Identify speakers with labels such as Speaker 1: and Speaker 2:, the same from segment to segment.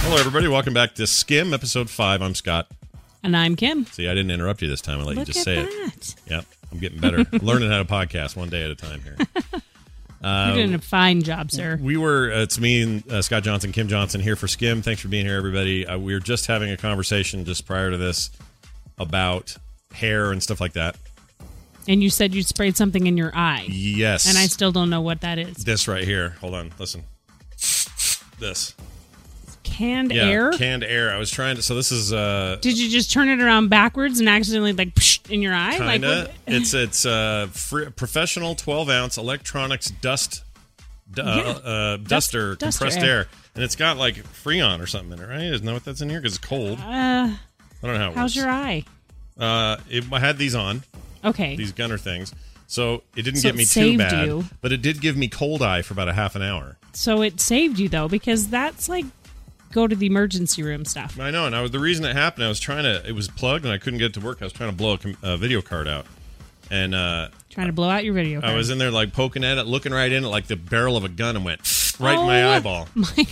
Speaker 1: Hello, everybody. Welcome back to Skim, episode five. I'm Scott.
Speaker 2: And I'm Kim.
Speaker 1: See, I didn't interrupt you this time. I let
Speaker 2: Look
Speaker 1: you just
Speaker 2: at
Speaker 1: say it.
Speaker 2: that.
Speaker 1: Yep, I'm getting better. Learning how to podcast one day at a time here. Uh,
Speaker 2: You're doing a fine job, sir.
Speaker 1: we were, uh, it's me and uh, Scott Johnson, Kim Johnson here for Skim. Thanks for being here, everybody. Uh, we were just having a conversation just prior to this about hair and stuff like that.
Speaker 2: And you said you sprayed something in your eye.
Speaker 1: Yes.
Speaker 2: And I still don't know what that is.
Speaker 1: This right here. Hold on. Listen. This.
Speaker 2: Canned air?
Speaker 1: Canned air. I was trying to, so this is, uh,
Speaker 2: Did you just turn it around backwards and accidentally, like, psh, in your eye? Like,
Speaker 1: Kinda.
Speaker 2: what-
Speaker 1: it's it's uh, free, professional twelve ounce electronics dust du- uh, uh, duster,
Speaker 2: duster
Speaker 1: compressed
Speaker 2: air.
Speaker 1: air. and it's got like freon or something in it, right? Isn't that what that's in here? Because it's cold. I
Speaker 2: uh,
Speaker 1: don't know how. It
Speaker 2: how's
Speaker 1: works.
Speaker 2: your eye?
Speaker 1: Uh, it, I had these on
Speaker 2: Okay.
Speaker 1: these gunner things, so it didn't
Speaker 2: So
Speaker 1: get
Speaker 2: it
Speaker 1: me too
Speaker 2: saved
Speaker 1: bad,
Speaker 2: you.
Speaker 1: but it did give me cold eye for about a half an hour.
Speaker 2: so it saved you, though, because that's like go to the emergency room stuff.
Speaker 1: I know, and I was the reason it happened. I was trying to. It was plugged, and I couldn't get it to work. I was trying to blow a, com- a video card out, and uh,
Speaker 2: Trying to blow out your video.
Speaker 1: I
Speaker 2: card.
Speaker 1: was in there like poking at it, looking right in it like the barrel of a gun and went right in
Speaker 2: Oh,
Speaker 1: my eyeball.
Speaker 2: My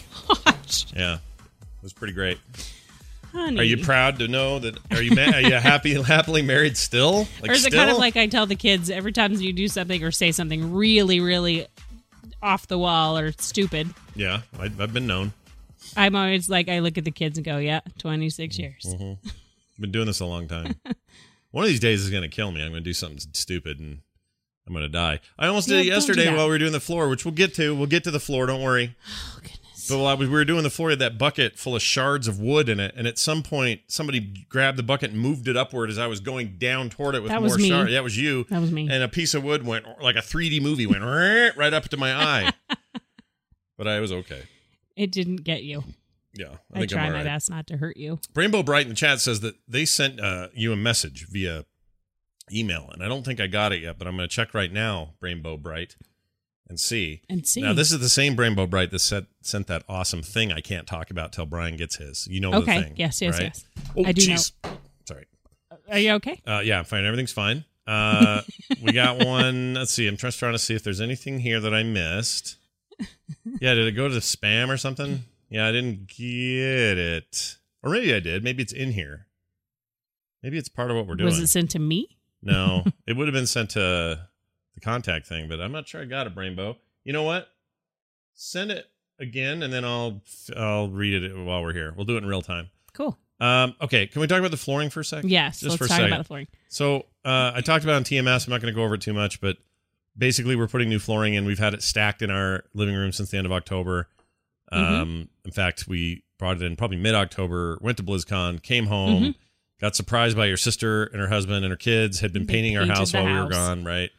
Speaker 2: gosh.
Speaker 1: Yeah. It was pretty great.
Speaker 2: Honey.
Speaker 1: Are you proud to know that are you ma- are you happy happily married still? Like
Speaker 2: or is it
Speaker 1: still?
Speaker 2: kind of like I tell the kids every time you do something or say something really, really off the wall or stupid,
Speaker 1: Yeah, I, I've been known.
Speaker 2: I'm always like, I look at the kids and go, yeah,
Speaker 1: Mm-hmm.
Speaker 2: 26 years.
Speaker 1: I've been doing this a long time. One of these days is going to kill me. I'm going to do something stupid and I'm going to die. I almost
Speaker 2: Yeah,
Speaker 1: did it
Speaker 2: don't do
Speaker 1: yesterday
Speaker 2: that.
Speaker 1: while we were doing the floor, which we'll get to. We'll get to the floor. Don't worry.
Speaker 2: Oh, goodness.
Speaker 1: But while I was, we were doing the floor, we had that bucket full of shards of wood in it, and at some point, somebody grabbed the bucket and moved it upward as I was going down toward it with
Speaker 2: That
Speaker 1: more
Speaker 2: was me.
Speaker 1: shards. That was you.
Speaker 2: That was me.
Speaker 1: And a piece of wood went like a 3D movie went right up to my eye. but I was okay.
Speaker 2: It didn't get you.
Speaker 1: Yeah, I
Speaker 2: I,
Speaker 1: think I
Speaker 2: try
Speaker 1: am
Speaker 2: my
Speaker 1: all right.
Speaker 2: best not to hurt you.
Speaker 1: Rainbow Bright in the chat says that they sent uh, you a message via email, and I don't think I got it yet, but I'm going to check right now, Rainbow Bright, and see.
Speaker 2: And see.
Speaker 1: Now this is the same Rainbow Bright that sent sent that awesome thing I can't talk about till Brian gets his. You know
Speaker 2: okay.
Speaker 1: the thing.
Speaker 2: yes, yes,
Speaker 1: right?
Speaker 2: yes.
Speaker 1: Oh,
Speaker 2: I do
Speaker 1: jeez. Sorry.
Speaker 2: know. Are you okay?
Speaker 1: Uh, yeah, I'm fine. Everything's fine. Uh, we got one. Let's see. I'm just trying to see if there's anything here that I missed. Yeah, did it go to spam or something? Yeah, I didn't get it. Or maybe I did. Maybe it's in here. Maybe it's part of what we're doing.
Speaker 2: Was it sent to me?
Speaker 1: no, it would have been sent to the contact thing, but I'm not sure I got a Brainbow. You know what? Send it again, and then I'll I'll read it while we're here. We'll do it in real time.
Speaker 2: Cool.
Speaker 1: Um, okay, can we talk about the flooring for a second?
Speaker 2: Yes.
Speaker 1: just
Speaker 2: let's
Speaker 1: for a
Speaker 2: talk
Speaker 1: second.
Speaker 2: about the flooring.
Speaker 1: So uh, I talked about it on TMS. I'm not going to go over it too much, but basically we're putting new flooring in. We've had it stacked in our living room since the end of October. Um,
Speaker 2: Mm-hmm.
Speaker 1: In fact, we brought it in probably mid October. Went to BlizzCon, came home,
Speaker 2: Mm-hmm.
Speaker 1: got surprised by your sister and her husband and her kids had been
Speaker 2: They
Speaker 1: painting our
Speaker 2: painted
Speaker 1: house
Speaker 2: the
Speaker 1: while we were
Speaker 2: house.
Speaker 1: gone. Right?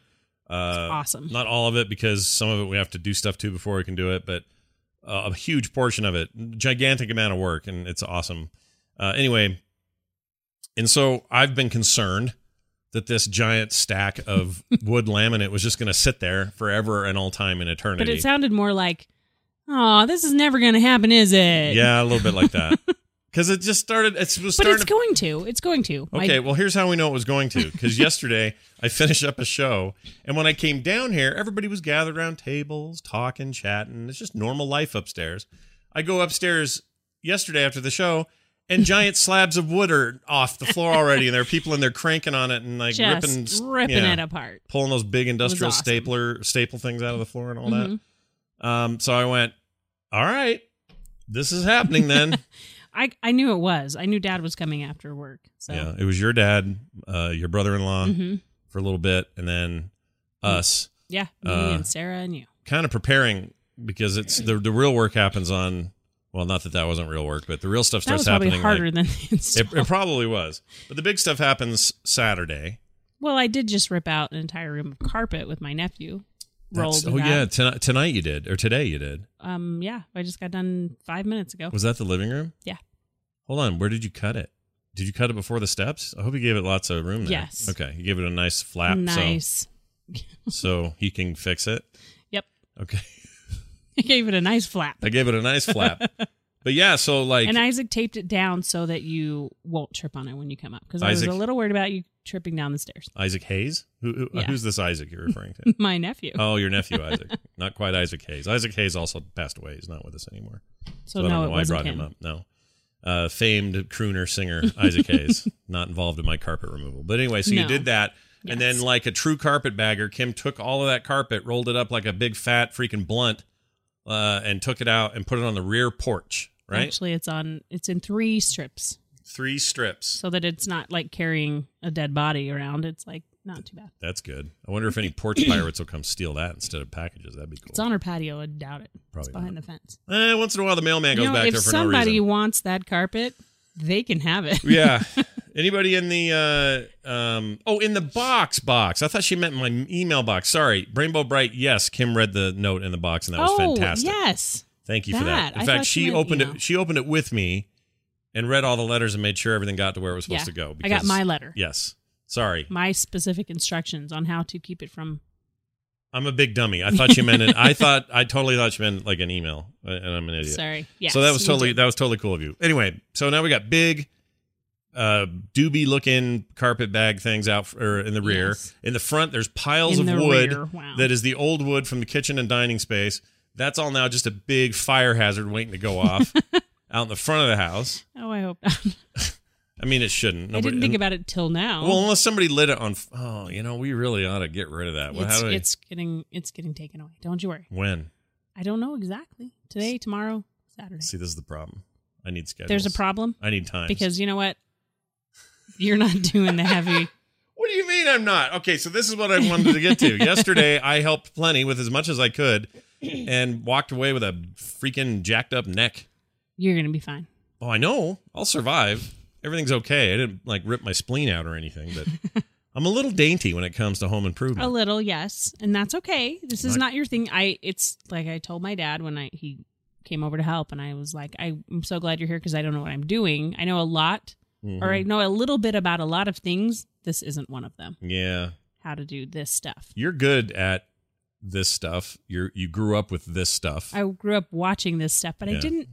Speaker 1: Uh,
Speaker 2: awesome.
Speaker 1: Not all of it because some of it we have to do stuff to before we can do it, but uh, a huge portion of it, gigantic amount of work, and it's awesome. Uh, anyway, And so I've been concerned that this giant stack of wood laminate was just going to sit there forever and all time and eternity.
Speaker 2: But it sounded more like, oh, this is never going to happen, is it?
Speaker 1: yeah, a little bit like that. Because it just started. It was
Speaker 2: But
Speaker 1: starting
Speaker 2: it's
Speaker 1: to
Speaker 2: going to. It's going to. My-
Speaker 1: Okay, well, here's how we know it was going to. Because yesterday I finished up a show, and when I came down here, everybody was gathered around tables, talking, chatting. It's just normal life upstairs. I go upstairs yesterday after the show, and giant slabs of wood are off the floor already, and there are people in there cranking on it and like ripping,
Speaker 2: just ripping,
Speaker 1: yeah,
Speaker 2: it apart.
Speaker 1: pulling those big industrial
Speaker 2: awesome. Mm-hmm.
Speaker 1: stapler staple things out of the floor and all that. Um, so I went, all right, this is happening then.
Speaker 2: I, I knew it was. I knew dad was coming after work. So
Speaker 1: Yeah, it was your dad, uh, your brother-in-law
Speaker 2: hmm
Speaker 1: for a little bit, and then us
Speaker 2: yeah me
Speaker 1: Uh,
Speaker 2: and Sarah and you.
Speaker 1: kind of preparing because it's the the real work happens on. Well, not that that wasn't real work, but the real stuff starts
Speaker 2: That was probably
Speaker 1: happening.
Speaker 2: harder
Speaker 1: like-
Speaker 2: than the install.
Speaker 1: it, it probably was, but the big stuff happens Saturday.
Speaker 2: well, I did just rip out an entire room of carpet with my nephew.
Speaker 1: That's-
Speaker 2: Rolled.
Speaker 1: oh
Speaker 2: it
Speaker 1: yeah,
Speaker 2: out.
Speaker 1: tonight, tonight you did, or today you did.
Speaker 2: Um. Yeah. I just got done five minutes ago.
Speaker 1: Was that the living room?
Speaker 2: Oh. Yeah.
Speaker 1: Hold on, where did you cut it? Did you cut it before the steps? I hope you gave it lots of room there.
Speaker 2: Yes.
Speaker 1: Okay, you gave it a nice flap,
Speaker 2: nice.
Speaker 1: so so he can fix it.
Speaker 2: Yep.
Speaker 1: Okay.
Speaker 2: I gave it a nice flap.
Speaker 1: I gave it a nice flap. But yeah, so like
Speaker 2: and Isaac taped it down so that you won't trip on it when you come up because I was
Speaker 1: Isaac-
Speaker 2: a little worried about you tripping down the stairs.
Speaker 1: Isaac Hayes, who, who-
Speaker 2: Yeah.
Speaker 1: who's this Isaac you're referring to?
Speaker 2: My nephew.
Speaker 1: oh, your nephew Isaac, not quite Isaac Hayes. Isaac Hayes also passed away. He's not with us anymore.
Speaker 2: so
Speaker 1: I don't
Speaker 2: no,
Speaker 1: know
Speaker 2: it
Speaker 1: why I
Speaker 2: wasn't
Speaker 1: brought him.
Speaker 2: him.
Speaker 1: up. No, uh, famed crooner singer Isaac Hayes, not involved in my carpet removal. But anyway, so you
Speaker 2: No.
Speaker 1: did that, and then
Speaker 2: Yes.
Speaker 1: like a true carpetbagger, Kim took all of that carpet, rolled it up like a big fat freaking blunt, uh, and took it out and put it on the rear porch. Right,
Speaker 2: Actually, it's on. It's in three strips
Speaker 1: three strips.
Speaker 2: so that it's not like carrying a dead body around. It's like not too bad.
Speaker 1: That's good. I wonder if any porch pirates will come steal that instead of packages. That'd be cool.
Speaker 2: It's on her patio. I doubt it.
Speaker 1: Probably
Speaker 2: it's behind the fence.
Speaker 1: Eh, once in a while, the mailman
Speaker 2: You
Speaker 1: goes
Speaker 2: know,
Speaker 1: back
Speaker 2: if
Speaker 1: there for no
Speaker 2: somebody
Speaker 1: reason.
Speaker 2: wants that carpet, they can have it.
Speaker 1: yeah. Anybody in the uh um oh in the box box. I thought she meant my email box. Sorry. Rainbow Bright, yes, Kim read the note in the box and that was
Speaker 2: oh,
Speaker 1: fantastic.
Speaker 2: yes.
Speaker 1: Thank you for that.
Speaker 2: that.
Speaker 1: In
Speaker 2: I
Speaker 1: fact,
Speaker 2: thought she
Speaker 1: she
Speaker 2: meant
Speaker 1: opened
Speaker 2: email.
Speaker 1: it she opened it with me and read all the letters and made sure everything got to where it was supposed
Speaker 2: yeah.
Speaker 1: to go.
Speaker 2: I got
Speaker 1: because-
Speaker 2: my letter.
Speaker 1: Yes. Sorry.
Speaker 2: My specific instructions on how to keep it from.
Speaker 1: I'm a big dummy. I thought you meant it. I thought I totally thought you meant like an email. uh, And I'm an idiot.
Speaker 2: Sorry. Yes,
Speaker 1: so that was
Speaker 2: you
Speaker 1: totally
Speaker 2: did.
Speaker 1: that was totally cool of you. Anyway, so now we got big, uh, doobie looking carpet bag things out f- or in the rear.
Speaker 2: Yes.
Speaker 1: In the front, there's piles
Speaker 2: In
Speaker 1: of
Speaker 2: the
Speaker 1: wood
Speaker 2: rear, wow.
Speaker 1: that is the old wood from the kitchen and dining space. That's all now just a big fire hazard waiting to go off out in the front of the house.
Speaker 2: Oh, I hope not.
Speaker 1: I mean, it shouldn't.
Speaker 2: I didn't think
Speaker 1: and-
Speaker 2: about it till now.
Speaker 1: Well, unless somebody lit it on. f- Oh, you know, we really ought to get rid of that. Well,
Speaker 2: it's,
Speaker 1: how do we,
Speaker 2: it's getting it's getting taken away. Don't you worry.
Speaker 1: when?
Speaker 2: I don't know exactly today, tomorrow, Saturday.
Speaker 1: See, this is the problem. I need schedules.
Speaker 2: There's a problem
Speaker 1: I need time
Speaker 2: because you know what? You're not doing the heavy.
Speaker 1: What do you mean I'm not? Okay, so this is what I wanted to get to. Yesterday, I helped Plenty with as much as I could and walked away with a freaking jacked up neck.
Speaker 2: You're gonna be fine.
Speaker 1: Oh, I know. I'll survive. Everything's okay. I didn't like rip my spleen out or anything, but I'm a little dainty when it comes to home improvement.
Speaker 2: A little, yes, and that's okay. This is
Speaker 1: Right.
Speaker 2: not your thing. I. It's like I told my dad when I he came over to help, and I was like, I'm so glad you're here because I don't know what I'm doing. I know a lot,
Speaker 1: Mhm.
Speaker 2: or I know a little bit about a lot of things. This isn't one of them.
Speaker 1: Yeah.
Speaker 2: How to do this stuff.
Speaker 1: You're good at this stuff. You're you grew up with this stuff.
Speaker 2: I grew up watching this stuff, but
Speaker 1: Yeah.
Speaker 2: I didn't.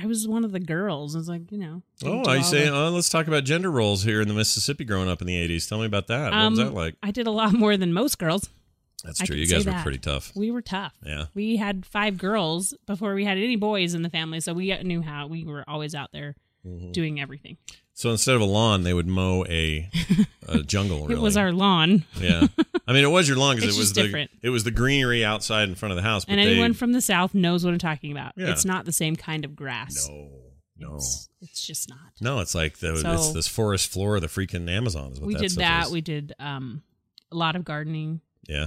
Speaker 2: I was one of the girls. I was like, you know.
Speaker 1: Oh,
Speaker 2: didn't do
Speaker 1: I
Speaker 2: all
Speaker 1: say,
Speaker 2: the-
Speaker 1: oh, let's talk about gender roles here in the Mississippi growing up in the 80s. Tell me about that. what was
Speaker 2: Um,
Speaker 1: that like?
Speaker 2: I did a lot more than most girls.
Speaker 1: That's
Speaker 2: I
Speaker 1: true.
Speaker 2: can
Speaker 1: You
Speaker 2: say
Speaker 1: guys were
Speaker 2: that.
Speaker 1: pretty tough.
Speaker 2: We were tough.
Speaker 1: Yeah.
Speaker 2: We had five girls before we had any boys in the family, so we knew how we were always out there
Speaker 1: Mm-hmm.
Speaker 2: doing everything.
Speaker 1: So instead of a lawn, they would mow a, a jungle. Oh, Really,
Speaker 2: It was our lawn,
Speaker 1: yeah. I mean, it was your lawn because
Speaker 2: It's
Speaker 1: it was
Speaker 2: just
Speaker 1: the
Speaker 2: different.
Speaker 1: it was the greenery outside in front of the house. But
Speaker 2: and
Speaker 1: they,
Speaker 2: anyone from the south knows what I'm talking about.
Speaker 1: Yeah.
Speaker 2: It's not the same kind of grass.
Speaker 1: no, no,
Speaker 2: it's, it's just not.
Speaker 1: no, it's like the, it's
Speaker 2: So-
Speaker 1: this forest floor of the freaking Amazon. Is what
Speaker 2: we
Speaker 1: that
Speaker 2: did
Speaker 1: stuff
Speaker 2: that.
Speaker 1: is.
Speaker 2: We did um, a lot of gardening.
Speaker 1: yeah.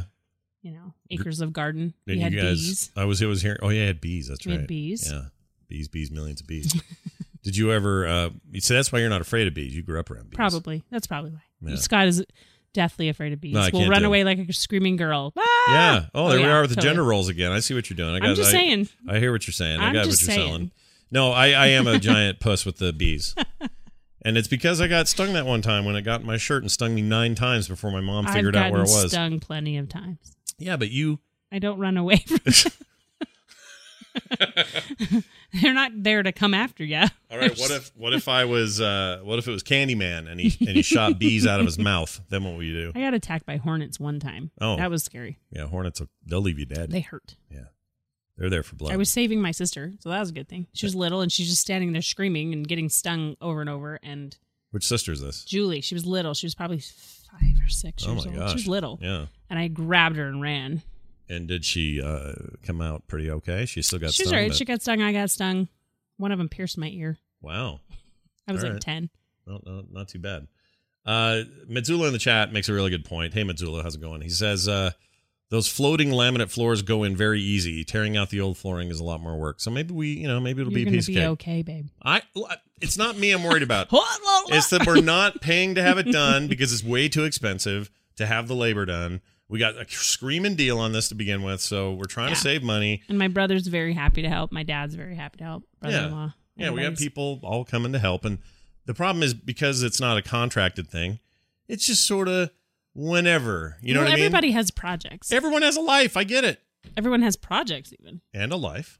Speaker 2: You know, acres of garden.
Speaker 1: Didn't
Speaker 2: we had
Speaker 1: you guys,
Speaker 2: bees.
Speaker 1: I was it was here. Oh yeah, I had bees. That's
Speaker 2: We
Speaker 1: right.
Speaker 2: had bees.
Speaker 1: Yeah, bees, bees, millions of bees. did you ever? Uh, so that's why you're not afraid of bees. You grew up around bees.
Speaker 2: Probably. That's probably why.
Speaker 1: Yeah.
Speaker 2: Scott is deathly afraid of bees.
Speaker 1: No, I
Speaker 2: we'll
Speaker 1: can't
Speaker 2: run
Speaker 1: do it.
Speaker 2: away like a screaming girl. Ah!
Speaker 1: Yeah. Oh, there we
Speaker 2: yeah,
Speaker 1: are with the
Speaker 2: totally.
Speaker 1: gender roles again. I see what you're doing. I
Speaker 2: I'm
Speaker 1: got,
Speaker 2: just
Speaker 1: I-
Speaker 2: saying.
Speaker 1: I hear what you're saying. i
Speaker 2: I'm
Speaker 1: got
Speaker 2: just
Speaker 1: what you're
Speaker 2: saying.
Speaker 1: selling. No, I, I am a giant puss with the bees. And it's because I got stung that one time when it got in my shirt and stung me nine times before my mom figured
Speaker 2: I've
Speaker 1: out where it
Speaker 2: gotten
Speaker 1: was.
Speaker 2: Stung plenty of times.
Speaker 1: Yeah, but you
Speaker 2: I don't run away from. it. They're not there to come after you.
Speaker 1: All right. What if what if I was uh, what if it was Candyman and he and he shot bees out of his mouth? Then what will you do?
Speaker 2: I got attacked by hornets one time.
Speaker 1: Oh.
Speaker 2: that was scary.
Speaker 1: Yeah, hornets. will- They'll leave you dead.
Speaker 2: They hurt.
Speaker 1: They're there for blood.
Speaker 2: I was saving my sister, so that was a good thing. She was little, and she's just standing there screaming and getting stung over and over. And
Speaker 1: Which sister is this?
Speaker 2: Julie, she was little. She was probably five or six
Speaker 1: oh
Speaker 2: years
Speaker 1: my
Speaker 2: old.
Speaker 1: gosh.
Speaker 2: She was little,
Speaker 1: Yeah.
Speaker 2: and I grabbed her and ran.
Speaker 1: And did she uh, come out pretty okay? She still got
Speaker 2: She's
Speaker 1: stung.
Speaker 2: right.
Speaker 1: but-
Speaker 2: She got stung. I got stung. One of them pierced my ear.
Speaker 1: wow.
Speaker 2: I was
Speaker 1: All
Speaker 2: like
Speaker 1: right.
Speaker 2: ten.
Speaker 1: No, no, not too bad. Uh, Mitsula in the chat makes a really good point. Hey, Mitsula, how's it going? He says, uh, those floating laminate floors go in very easy. Tearing out the old flooring is a lot more work. So maybe we, you know, maybe it'll
Speaker 2: You're
Speaker 1: be a
Speaker 2: gonna
Speaker 1: piece
Speaker 2: be
Speaker 1: of cake.
Speaker 2: okay, babe.
Speaker 1: I, it's not me I'm worried about. it's that we're not paying to have it done because it's way too expensive to have the labor done. We got a screaming deal on this to begin with, so we're trying to
Speaker 2: Yeah.
Speaker 1: save money.
Speaker 2: And my brother's very happy to help. My dad's very happy to help. Brother-in-law.
Speaker 1: Yeah, we got
Speaker 2: Everybody's-
Speaker 1: people all coming to help, and the problem is because it's not a contracted thing. It's just sort of whenever you know
Speaker 2: well,
Speaker 1: what I mean.
Speaker 2: everybody has projects.
Speaker 1: Everyone has a life. I get it,
Speaker 2: Everyone has projects, even
Speaker 1: and a life.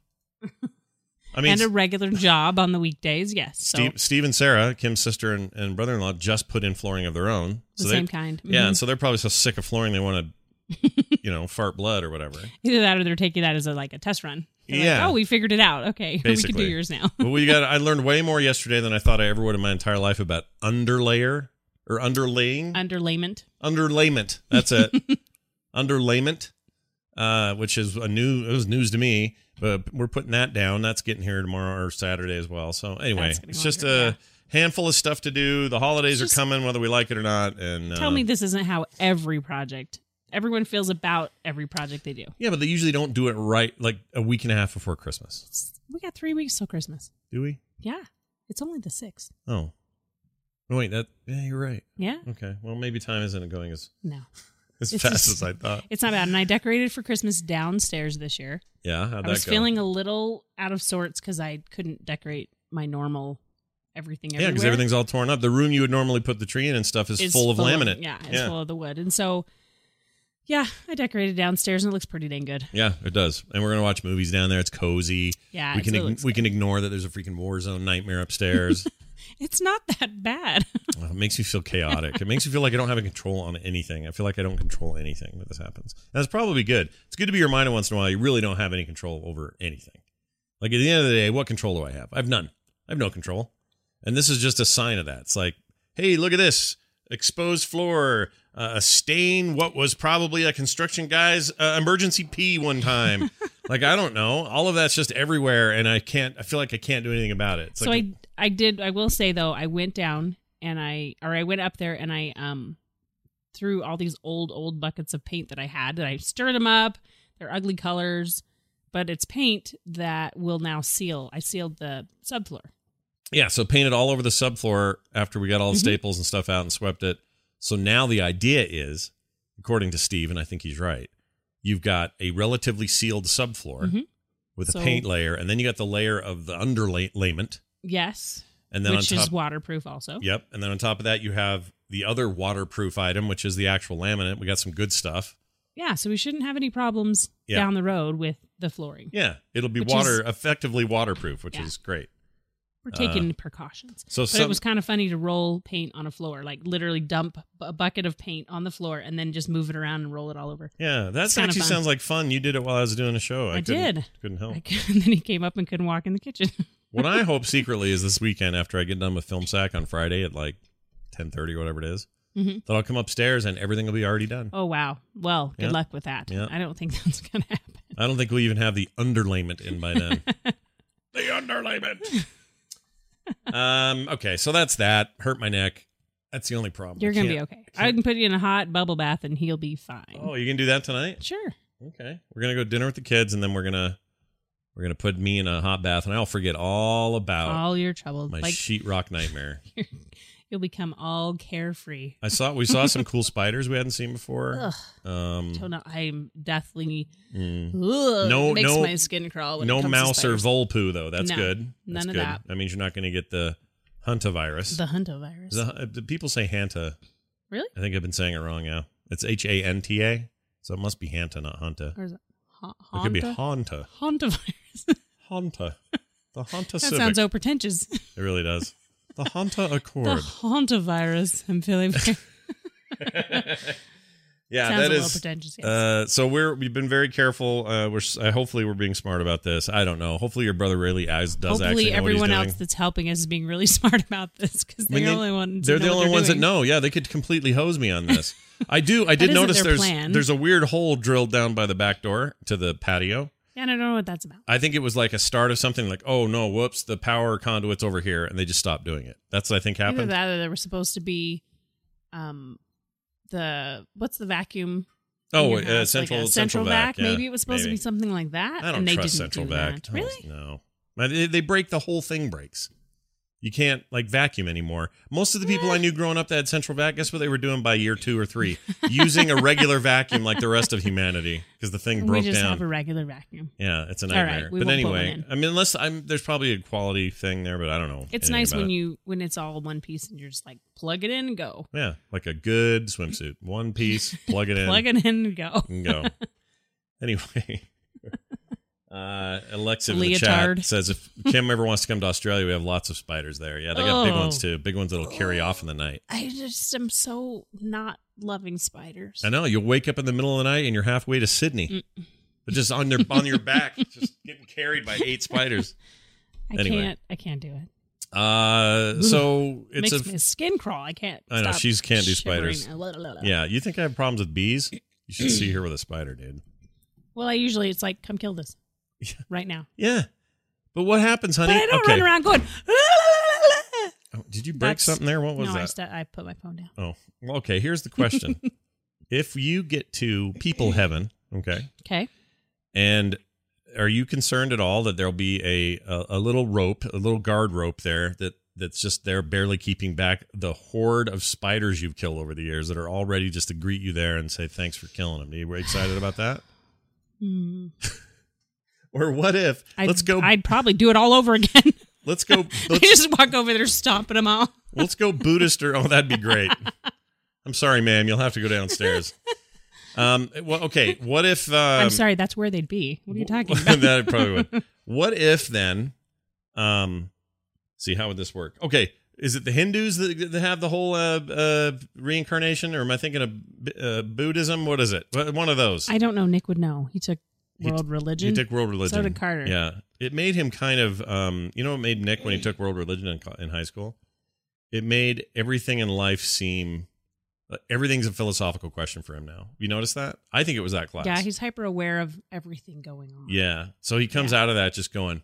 Speaker 1: I mean,
Speaker 2: and a regular job on the weekdays. Yes, so
Speaker 1: Steve, Steve and Sarah, Kim's sister and, and brother-in-law, just put in flooring of their own.
Speaker 2: the
Speaker 1: So they-
Speaker 2: same kind.
Speaker 1: Yeah, and
Speaker 2: Mhm.
Speaker 1: so they're probably so sick of flooring they want to, you know, fart blood or whatever.
Speaker 2: Either that, or they're taking that as a, like a test run. They're like,
Speaker 1: Yeah.
Speaker 2: oh, we figured it out. Okay, we can
Speaker 1: Basically.
Speaker 2: do yours now.
Speaker 1: But we got I learned way more yesterday than I thought I ever would in my entire life about underlayer or underlaying,
Speaker 2: Underlayment.
Speaker 1: underlayment. That's it. underlayment, uh, which is a new it was news to me, but we're putting that down. That's getting here tomorrow or Saturday as well. So anyway,
Speaker 2: That's gonna
Speaker 1: it's
Speaker 2: go
Speaker 1: just
Speaker 2: under,
Speaker 1: a handful of stuff to do. The holidays
Speaker 2: Just-
Speaker 1: are coming, whether we like it or not. And uh,
Speaker 2: Tell me this isn't how every project. Everyone feels about every project they do.
Speaker 1: yeah, but they usually don't do it right like a week and a half before Christmas.
Speaker 2: We got three weeks till Christmas.
Speaker 1: Do we?
Speaker 2: Yeah, it's only the sixth.
Speaker 1: Oh. Oh, Wait, that yeah, you're right.
Speaker 2: Yeah,
Speaker 1: Okay. Well, maybe time isn't going as
Speaker 2: no,
Speaker 1: as
Speaker 2: It's
Speaker 1: fast as
Speaker 2: just-
Speaker 1: I thought.
Speaker 2: it's not bad. And I decorated for Christmas downstairs this year.
Speaker 1: Yeah, how'd
Speaker 2: I
Speaker 1: that
Speaker 2: was
Speaker 1: go?
Speaker 2: feeling a little out of sorts because I couldn't decorate my normal everything.
Speaker 1: yeah, because
Speaker 2: everywhere.
Speaker 1: everything's all torn up. The room you would normally put the tree in and stuff is,
Speaker 2: is
Speaker 1: full of laminate.
Speaker 2: yeah, it's
Speaker 1: yeah.
Speaker 2: full of the wood. And so, yeah, I decorated downstairs and it looks pretty dang good.
Speaker 1: Yeah, it does. And we're gonna watch movies down there. It's cozy.
Speaker 2: Yeah,
Speaker 1: we
Speaker 2: it
Speaker 1: can
Speaker 2: still
Speaker 1: ign-
Speaker 2: looks
Speaker 1: we can ignore that there's a freaking war zone nightmare upstairs.
Speaker 2: It's not that bad.
Speaker 1: Oh, it makes me feel chaotic. It makes me feel like I don't have a control on anything. I feel like I don't control anything when this happens. And that's probably good. It's good to be reminded once in a while you really don't have any control over anything. Like at the end of the day, what control do I have? I have none. I have no control. And this is just a sign of that. It's like, hey, look at this exposed floor, uh, a stain, what was probably a construction guy's uh, emergency pee one time. like, I don't know. All of that's just everywhere. And I can't, I feel like I can't do anything about it. It's
Speaker 2: so
Speaker 1: like,
Speaker 2: I, I did. I will say though, I went down and I, or I went up there and I, um, threw all these old, old buckets of paint that I had that I stirred them up. They're ugly colors, but it's paint that will now seal. I sealed the subfloor.
Speaker 1: Yeah, so painted all over the subfloor after we got all the
Speaker 2: Mhm.
Speaker 1: staples and stuff out and swept it. So now the idea is, according to Steve, and I think he's right, you've got a relatively sealed subfloor
Speaker 2: Mhm.
Speaker 1: with
Speaker 2: So-
Speaker 1: a paint layer, and then you got the layer of the underlayment,
Speaker 2: Yes.
Speaker 1: and then
Speaker 2: which
Speaker 1: on top,
Speaker 2: is waterproof also.
Speaker 1: yep, and then on top of that you have the other waterproof item, which is the actual laminate. We got some good stuff.
Speaker 2: Yeah. So we shouldn't have any problems
Speaker 1: Yeah.
Speaker 2: down the road with the flooring.
Speaker 1: Yeah, it'll be
Speaker 2: Which
Speaker 1: water effectively waterproof, which
Speaker 2: Yeah.
Speaker 1: is great.
Speaker 2: We're
Speaker 1: Uh,
Speaker 2: taking precautions.
Speaker 1: so
Speaker 2: but
Speaker 1: some-
Speaker 2: it was kind of funny to roll paint on a floor, like literally dump a bucket of paint on the floor and then just move it around and roll it all over.
Speaker 1: Yeah,
Speaker 2: It's
Speaker 1: that
Speaker 2: kinda
Speaker 1: actually
Speaker 2: fun.
Speaker 1: sounds like fun. You did it while I was doing a show. I,
Speaker 2: I
Speaker 1: couldn't-
Speaker 2: did.
Speaker 1: Couldn't help.
Speaker 2: Like, and then he came up and couldn't walk in the kitchen.
Speaker 1: what I hope secretly is this weekend after I get done with film sack on Friday at like ten thirty or whatever it is,
Speaker 2: Mhm.
Speaker 1: that I'll come upstairs and everything will be already done.
Speaker 2: Oh wow. Well, good
Speaker 1: Yeah.
Speaker 2: luck with that.
Speaker 1: Yeah.
Speaker 2: I don't think that's gonna happen.
Speaker 1: I don't think we'll even have the underlayment in by then. the underlayment. um. Okay. So that's that. Hurt my neck. That's the only problem.
Speaker 2: You're
Speaker 1: I
Speaker 2: gonna be
Speaker 1: can't-
Speaker 2: okay. I can put you in a hot bubble bath and he'll be fine.
Speaker 1: Oh, you can do that tonight.
Speaker 2: Sure.
Speaker 1: Okay. We're gonna go dinner with the kids, and then we're gonna we're gonna put me in a hot bath, and I'll forget all about
Speaker 2: all your trouble.
Speaker 1: my
Speaker 2: Like
Speaker 1: sheetrock nightmare.
Speaker 2: you'll become all carefree.
Speaker 1: I saw we saw some cool spiders we hadn't seen before.
Speaker 2: Ugh.
Speaker 1: Um,
Speaker 2: So no, I'm deathly.
Speaker 1: mm.
Speaker 2: Ugh,
Speaker 1: No-
Speaker 2: it makes
Speaker 1: no-
Speaker 2: my skin crawl. When it
Speaker 1: no
Speaker 2: comes to
Speaker 1: mouse or
Speaker 2: spiders.
Speaker 1: vole poo though. That's
Speaker 2: No,
Speaker 1: good. That's
Speaker 2: none of
Speaker 1: good.
Speaker 2: that.
Speaker 1: That means you're not going to get the Hantavirus.
Speaker 2: The Huntovirus.
Speaker 1: The, the people say Hanta.
Speaker 2: really?
Speaker 1: I think I've been saying it wrong now. It's H A N T A, so it must be Hanta, not Hunta.
Speaker 2: Or is it ha-
Speaker 1: It could be
Speaker 2: Honda?
Speaker 1: Honta.
Speaker 2: Hontavirus.
Speaker 1: Honta. The Honta
Speaker 2: that
Speaker 1: Civic.
Speaker 2: sounds so pretentious.
Speaker 1: it really does. The Honta Accord.
Speaker 2: The Hontavirus. I'm feeling very-
Speaker 1: yeah, that
Speaker 2: Sounds a little
Speaker 1: is-
Speaker 2: pretentious, yes.
Speaker 1: Uh, so we're we've been very careful. Uh, we're s- uh, hopefully we're being smart about this. I don't know. Hopefully your brother really as does actually
Speaker 2: Hopefully,
Speaker 1: know
Speaker 2: everyone
Speaker 1: what he's
Speaker 2: else
Speaker 1: doing.
Speaker 2: that's helping us is being really smart about this because
Speaker 1: I
Speaker 2: they're
Speaker 1: mean,
Speaker 2: the only ones.
Speaker 1: They're
Speaker 2: who
Speaker 1: the
Speaker 2: know what
Speaker 1: only
Speaker 2: they're
Speaker 1: ones
Speaker 2: doing.
Speaker 1: that know. Yeah, they could completely hose me on this. I do. I did
Speaker 2: isn't
Speaker 1: notice
Speaker 2: their
Speaker 1: there's
Speaker 2: plan.
Speaker 1: there's a weird hole drilled down by the back door to the patio.
Speaker 2: Yeah, and I don't know what that's about.
Speaker 1: I think it was like a start of something like, oh no, whoops, the power conduit's over here, and they just stopped doing it. That's what I think
Speaker 2: Either
Speaker 1: happened.
Speaker 2: that, or there were supposed to be, um, the what's the vacuum? in
Speaker 1: oh,
Speaker 2: your
Speaker 1: uh,
Speaker 2: house? Like
Speaker 1: central,
Speaker 2: a
Speaker 1: central vac. yeah,
Speaker 2: maybe it was supposed to
Speaker 1: maybe.
Speaker 2: be something like that.
Speaker 1: I don't
Speaker 2: and they
Speaker 1: trust
Speaker 2: didn't
Speaker 1: central
Speaker 2: do
Speaker 1: vac.
Speaker 2: That. Really?
Speaker 1: No, Man, they, they break the whole thing. Breaks. You can't like vacuum anymore. Most of the people I knew growing up that had central vac, guess what they were doing by year two or three? Using a regular vacuum like the rest of humanity because the thing
Speaker 2: we
Speaker 1: broke
Speaker 2: just
Speaker 1: down.
Speaker 2: have a regular vacuum.
Speaker 1: Yeah, it's a
Speaker 2: All right,
Speaker 1: nightmare.
Speaker 2: we
Speaker 1: but
Speaker 2: won't put one
Speaker 1: anyway,
Speaker 2: in.
Speaker 1: I mean, unless I'm there's probably a quality thing there, but I don't know.
Speaker 2: It's
Speaker 1: anything
Speaker 2: nice
Speaker 1: about
Speaker 2: when
Speaker 1: it.
Speaker 2: you when it's all one piece and you're just like plug it in and go,
Speaker 1: yeah, like a good swimsuit, one piece, plug it in,
Speaker 2: plug it in and go.
Speaker 1: and go. anyway, uh, Alexa in the
Speaker 2: Leotard.
Speaker 1: chat says if Kim ever wants to come to Australia, we have lots of spiders there. Yeah, they got big
Speaker 2: Oh.
Speaker 1: ones too, big ones that'll carry off in the night.
Speaker 2: I just am so not loving spiders.
Speaker 1: I know you'll wake up in the middle of the night and you're halfway to Sydney,
Speaker 2: Mm.
Speaker 1: but just on their on your back, just getting carried by eight spiders.
Speaker 2: I
Speaker 1: Anyway.
Speaker 2: can't. I can't do it.
Speaker 1: Uh, so it's
Speaker 2: Makes
Speaker 1: a
Speaker 2: my skin crawl. I can't.
Speaker 1: I know,
Speaker 2: stop
Speaker 1: she's can't do
Speaker 2: shivering.
Speaker 1: spiders.
Speaker 2: La, la, la, la.
Speaker 1: Yeah, you think I have problems with bees? You should see her with a spider, dude.
Speaker 2: Well, I usually it's like, come kill this right now.
Speaker 1: Yeah. But what happens, honey?
Speaker 2: But I don't
Speaker 1: okay.
Speaker 2: run around going. "La, la, la, la, la."
Speaker 1: Oh, Did you break
Speaker 2: That's-
Speaker 1: something there? What was
Speaker 2: no, I,
Speaker 1: that?
Speaker 2: stu- I put my phone down.
Speaker 1: oh, well, okay. Here's the question: If you get to people heaven, okay,
Speaker 2: Okay.
Speaker 1: and are you concerned at all that there'll be a, a a little rope, a little guard rope there that that's just there, barely keeping back the horde of spiders you've killed over the years that are all ready just to greet you there and say thanks for killing them? Are you excited about that?
Speaker 2: Hmm.
Speaker 1: Or what if
Speaker 2: I'd,
Speaker 1: let's go
Speaker 2: I'd probably do it all over again.
Speaker 1: let's go
Speaker 2: I
Speaker 1: let's
Speaker 2: just walk over there, stomping them all.
Speaker 1: Let's go Buddhist or oh, that'd be great. I'm sorry, ma'am. You'll have to go downstairs. Um. Well, okay. What if? Um,
Speaker 2: I'm sorry, that's where they'd be. What are you talking about?
Speaker 1: that probably would. What if then? Um. See how would this work? Okay. Is it the Hindus that, that have the whole uh, uh, reincarnation, or am I thinking of uh, Buddhism? What is it? Wh- One of those.
Speaker 2: I don't know. Nick would know. He took
Speaker 1: He t-
Speaker 2: world religion.
Speaker 1: He took world religion.
Speaker 2: So did Carter.
Speaker 1: Yeah, it made him kind of. Um, you know, what made Nick when he took world religion in, co- in high school. It made everything in life seem. uh, Everything's a philosophical question for him now. You notice that? I think it was that class.
Speaker 2: Yeah, he's hyper aware of everything going on.
Speaker 1: Yeah. So he comes
Speaker 2: Yeah.
Speaker 1: out of that just going,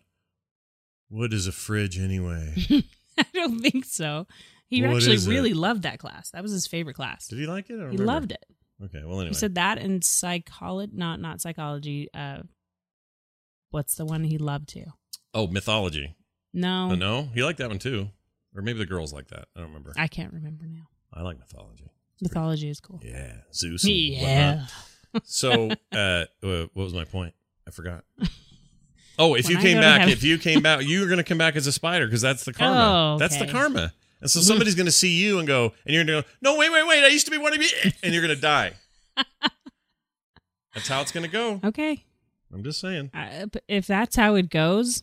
Speaker 1: "What is a fridge anyway?"
Speaker 2: I don't think so. He
Speaker 1: What
Speaker 2: actually
Speaker 1: is it?
Speaker 2: really loved that class. That was his favorite class.
Speaker 1: Did he like it? I don't
Speaker 2: He
Speaker 1: remember.
Speaker 2: loved it.
Speaker 1: Okay. Well, anyway.
Speaker 2: He said that and psychology, not not psychology. Uh, what's the one he loved to?
Speaker 1: oh, mythology.
Speaker 2: No,
Speaker 1: Oh, no, he liked that one too, or maybe the girls like that. I don't remember. I,
Speaker 2: I can't remember now.
Speaker 1: like mythology.
Speaker 2: Mythology is cool.
Speaker 1: Yeah, Zeus. and whatnot.
Speaker 2: Yeah,
Speaker 1: So, uh, wha- what was my point? I forgot. Oh, if
Speaker 2: When
Speaker 1: you
Speaker 2: I
Speaker 1: came
Speaker 2: go to
Speaker 1: back,
Speaker 2: heaven-
Speaker 1: if you came back, you were going to come back as a spider because that's the karma.
Speaker 2: Oh,
Speaker 1: That's the
Speaker 2: okay.
Speaker 1: karma. And so somebody's going to see you and go, and you're going to go, no, wait, wait, wait. I used to be one of you. And you're going to die. That's how it's going to go.
Speaker 2: okay.
Speaker 1: I'm just saying.
Speaker 2: I, but if that's how it goes,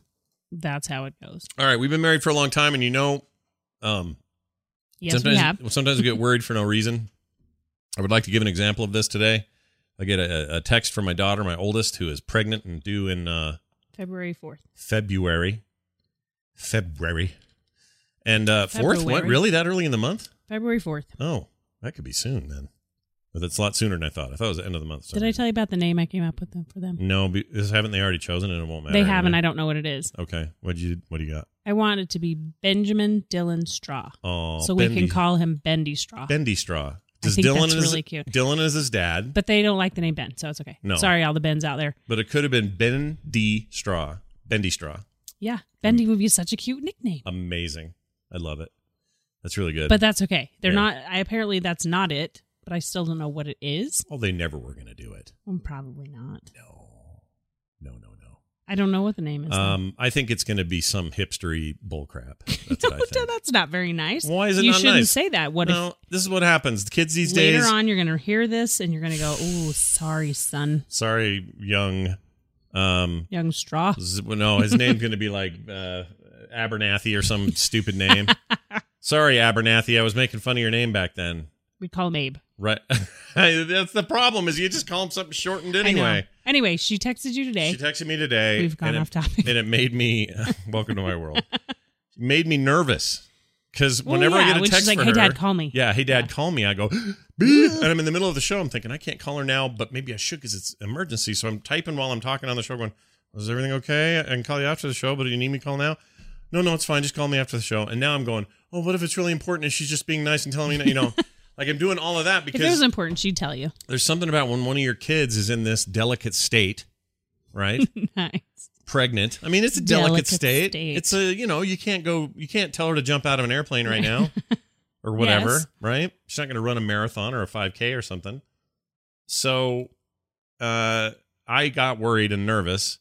Speaker 2: that's how it goes.
Speaker 1: All right. We've been married for a long time. And you know, um,
Speaker 2: Yes,
Speaker 1: sometimes,
Speaker 2: we have.
Speaker 1: well, sometimes we get worried for no reason. I would like to give an example of this today. I get a, a text from my daughter, my oldest, who is pregnant and due in, uh,
Speaker 2: February fourth.
Speaker 1: February. February. And uh fourth? What?
Speaker 2: February.
Speaker 1: Really? That early in the month?
Speaker 2: February fourth.
Speaker 1: Oh, that could be soon then. But that's a lot sooner than I thought. I thought it was the end of the month.
Speaker 2: Did I tell you about the name I came up with them for them?
Speaker 1: No, be- is- haven't they already chosen it? It won't matter.
Speaker 2: they haven't. I don't know what it is.
Speaker 1: don't. Okay. What would you? What do you got?
Speaker 2: I want it to be Benjamin Dylan Straw,
Speaker 1: Oh,
Speaker 2: so we
Speaker 1: Bendy-
Speaker 2: can call him Bendy Straw.
Speaker 1: Bendy Straw.
Speaker 2: I
Speaker 1: Does
Speaker 2: think
Speaker 1: Dylan
Speaker 2: that's
Speaker 1: is
Speaker 2: really cute.
Speaker 1: Dylan is his dad, but,
Speaker 2: But they don't like the name Ben, so it's okay.
Speaker 1: No.
Speaker 2: Sorry, all the Bens out there.
Speaker 1: it could have been Ben D Straw. Bendy Straw.
Speaker 2: Yeah, Bendy would be such a cute nickname.
Speaker 1: Amazing. I love it. That's really good.
Speaker 2: But that's okay. They're
Speaker 1: Yeah.
Speaker 2: not. I apparently that's not it. But I still don't know what it is. Mm,
Speaker 1: oh, they never were going to do it.
Speaker 2: Well, probably not.
Speaker 1: No, no, no, no.
Speaker 2: I don't know what the name is. though.
Speaker 1: Um, I think it's going to be some hipstery bullcrap. That's what I think.
Speaker 2: That's not very nice.
Speaker 1: Why is it
Speaker 2: you
Speaker 1: not
Speaker 2: shouldn't
Speaker 1: nice?
Speaker 2: say that. What
Speaker 1: no, this is what happens. The kids
Speaker 2: if
Speaker 1: these
Speaker 2: later
Speaker 1: days.
Speaker 2: on you're going to hear this and you're going to go, "Oh, sorry, son,
Speaker 1: sorry, young. Um,
Speaker 2: young straw."
Speaker 1: z- well, no, his name's going to be like uh, Abernathy or some stupid name. sorry, Abernathy. I was making fun of your name back then.
Speaker 2: We call him Abe.
Speaker 1: Right. That's the problem. Is you just call him something shortened
Speaker 2: I know.
Speaker 1: anyway.
Speaker 2: Anyway, she texted you today.
Speaker 1: She texted me today.
Speaker 2: We've gone
Speaker 1: and it-
Speaker 2: off topic.
Speaker 1: and it made me uh, welcome to my world. made me nervous because whenever
Speaker 2: well, yeah,
Speaker 1: I get a
Speaker 2: when
Speaker 1: text
Speaker 2: she's like,
Speaker 1: for
Speaker 2: "Hey,
Speaker 1: her,
Speaker 2: Dad, call me."
Speaker 1: yeah, hey dad, call me. I go, "Beep," and I'm in the middle of the show. I'm thinking I can't call her now, but maybe I should because it's emergency. So I'm typing while I'm talking on the show, going, "Was everything okay? I can call you after the show, but do you need me to call now? No, no, it's fine. Just call me after the show." And now I'm going, "Oh, what if it's really important and she's just being nice and telling me, that, you know." Like I'm doing all of that
Speaker 2: If it was
Speaker 1: because
Speaker 2: important, she'd tell you.
Speaker 1: there's something about when one of your kids is in this delicate state, right?
Speaker 2: nice.
Speaker 1: pregnant. I mean, it's a delicate,
Speaker 2: Delicate
Speaker 1: state.
Speaker 2: state.
Speaker 1: It's a you know you can't go you can't tell her to jump out of an airplane right now or whatever,
Speaker 2: Yes.
Speaker 1: right? She's not going to run a marathon or a 5K or something. So, uh, I got worried and nervous,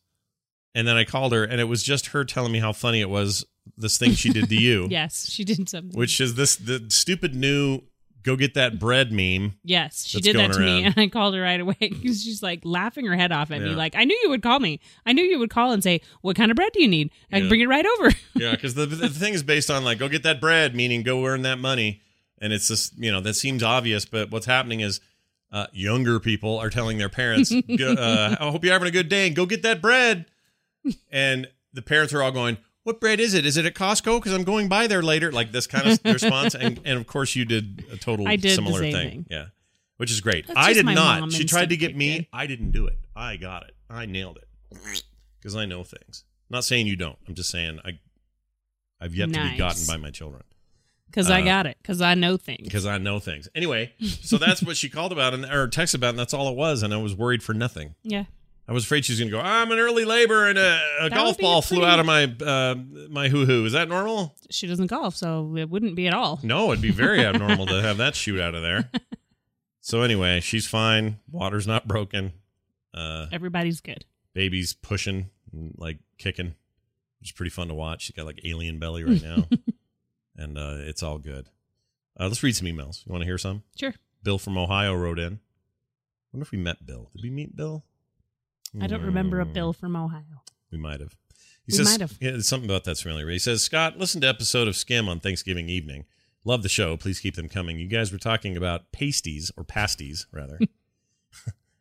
Speaker 1: and then I called her, and it was just her telling me how funny it was this thing she did to you,
Speaker 2: Yes, she did something.
Speaker 1: which is this the stupid new go get that bread meme.
Speaker 2: Yes, she
Speaker 1: that's
Speaker 2: did
Speaker 1: going
Speaker 2: that to me,
Speaker 1: around.
Speaker 2: and I called her right away because she's like laughing her head off at me.
Speaker 1: Yeah.
Speaker 2: Like, I knew you would call me. I knew you would call and say, "What kind of bread do you need?" I
Speaker 1: Yeah.
Speaker 2: can bring it right over.
Speaker 1: Yeah, because the, the thing is based on like go get that bread, meaning go earn that money, and it's just you know that seems obvious, but what's happening is uh, younger people are telling their parents, "Go- uh, "I hope you're having a good day, and go get that bread," and the parents are all going, "What bread is it? Is it at Costco? Because I'm going by there later." Like this kind of response, and and of course you did a total
Speaker 2: I did the
Speaker 1: similar
Speaker 2: same
Speaker 1: thing.
Speaker 2: thing.
Speaker 1: yeah, which is great.
Speaker 2: That's
Speaker 1: I
Speaker 2: just
Speaker 1: did
Speaker 2: my mom
Speaker 1: not. She tried to
Speaker 2: instinct
Speaker 1: get me.
Speaker 2: kicked
Speaker 1: I didn't do it. I got it. I nailed it because I know things. not saying you don't. I'm just saying I I've yet to be
Speaker 2: Nice.
Speaker 1: gotten by my children
Speaker 2: Because I
Speaker 1: Uh,
Speaker 2: got it. Because I know things.
Speaker 1: because I know things. Anyway, so that's what she called about and or texted about, and that's all it was. And I was worried for nothing.
Speaker 2: Yeah.
Speaker 1: I was afraid she was going to go. I'm an early labor, and a, a
Speaker 2: That
Speaker 1: golf
Speaker 2: would be
Speaker 1: ball
Speaker 2: a
Speaker 1: flew
Speaker 2: pretty-
Speaker 1: out of my uh, my hoo hoo. Is that normal?
Speaker 2: She doesn't golf, so it wouldn't be at all.
Speaker 1: No, it'd be very abnormal to have that shoot out of there. So anyway, she's fine. Water's not broken. Uh,
Speaker 2: Everybody's good.
Speaker 1: baby's pushing, and, like kicking. It's pretty fun to watch. She's got like alien belly right now, and uh, it's all good. Uh, let's read some emails. You want to hear some?
Speaker 2: Sure.
Speaker 1: Bill from Ohio wrote in. wonder if we met Bill. Did we meet Bill?
Speaker 2: I don't remember a
Speaker 1: Hmm.
Speaker 2: bill from Ohio.
Speaker 1: We might have. He
Speaker 2: We
Speaker 1: says
Speaker 2: might have.
Speaker 1: Yeah, there's something about that's familiar. He says, Scott, listen to episode of Skim on Thanksgiving evening. Love the show. Please keep them coming. You guys were talking about pasties or pasties, rather.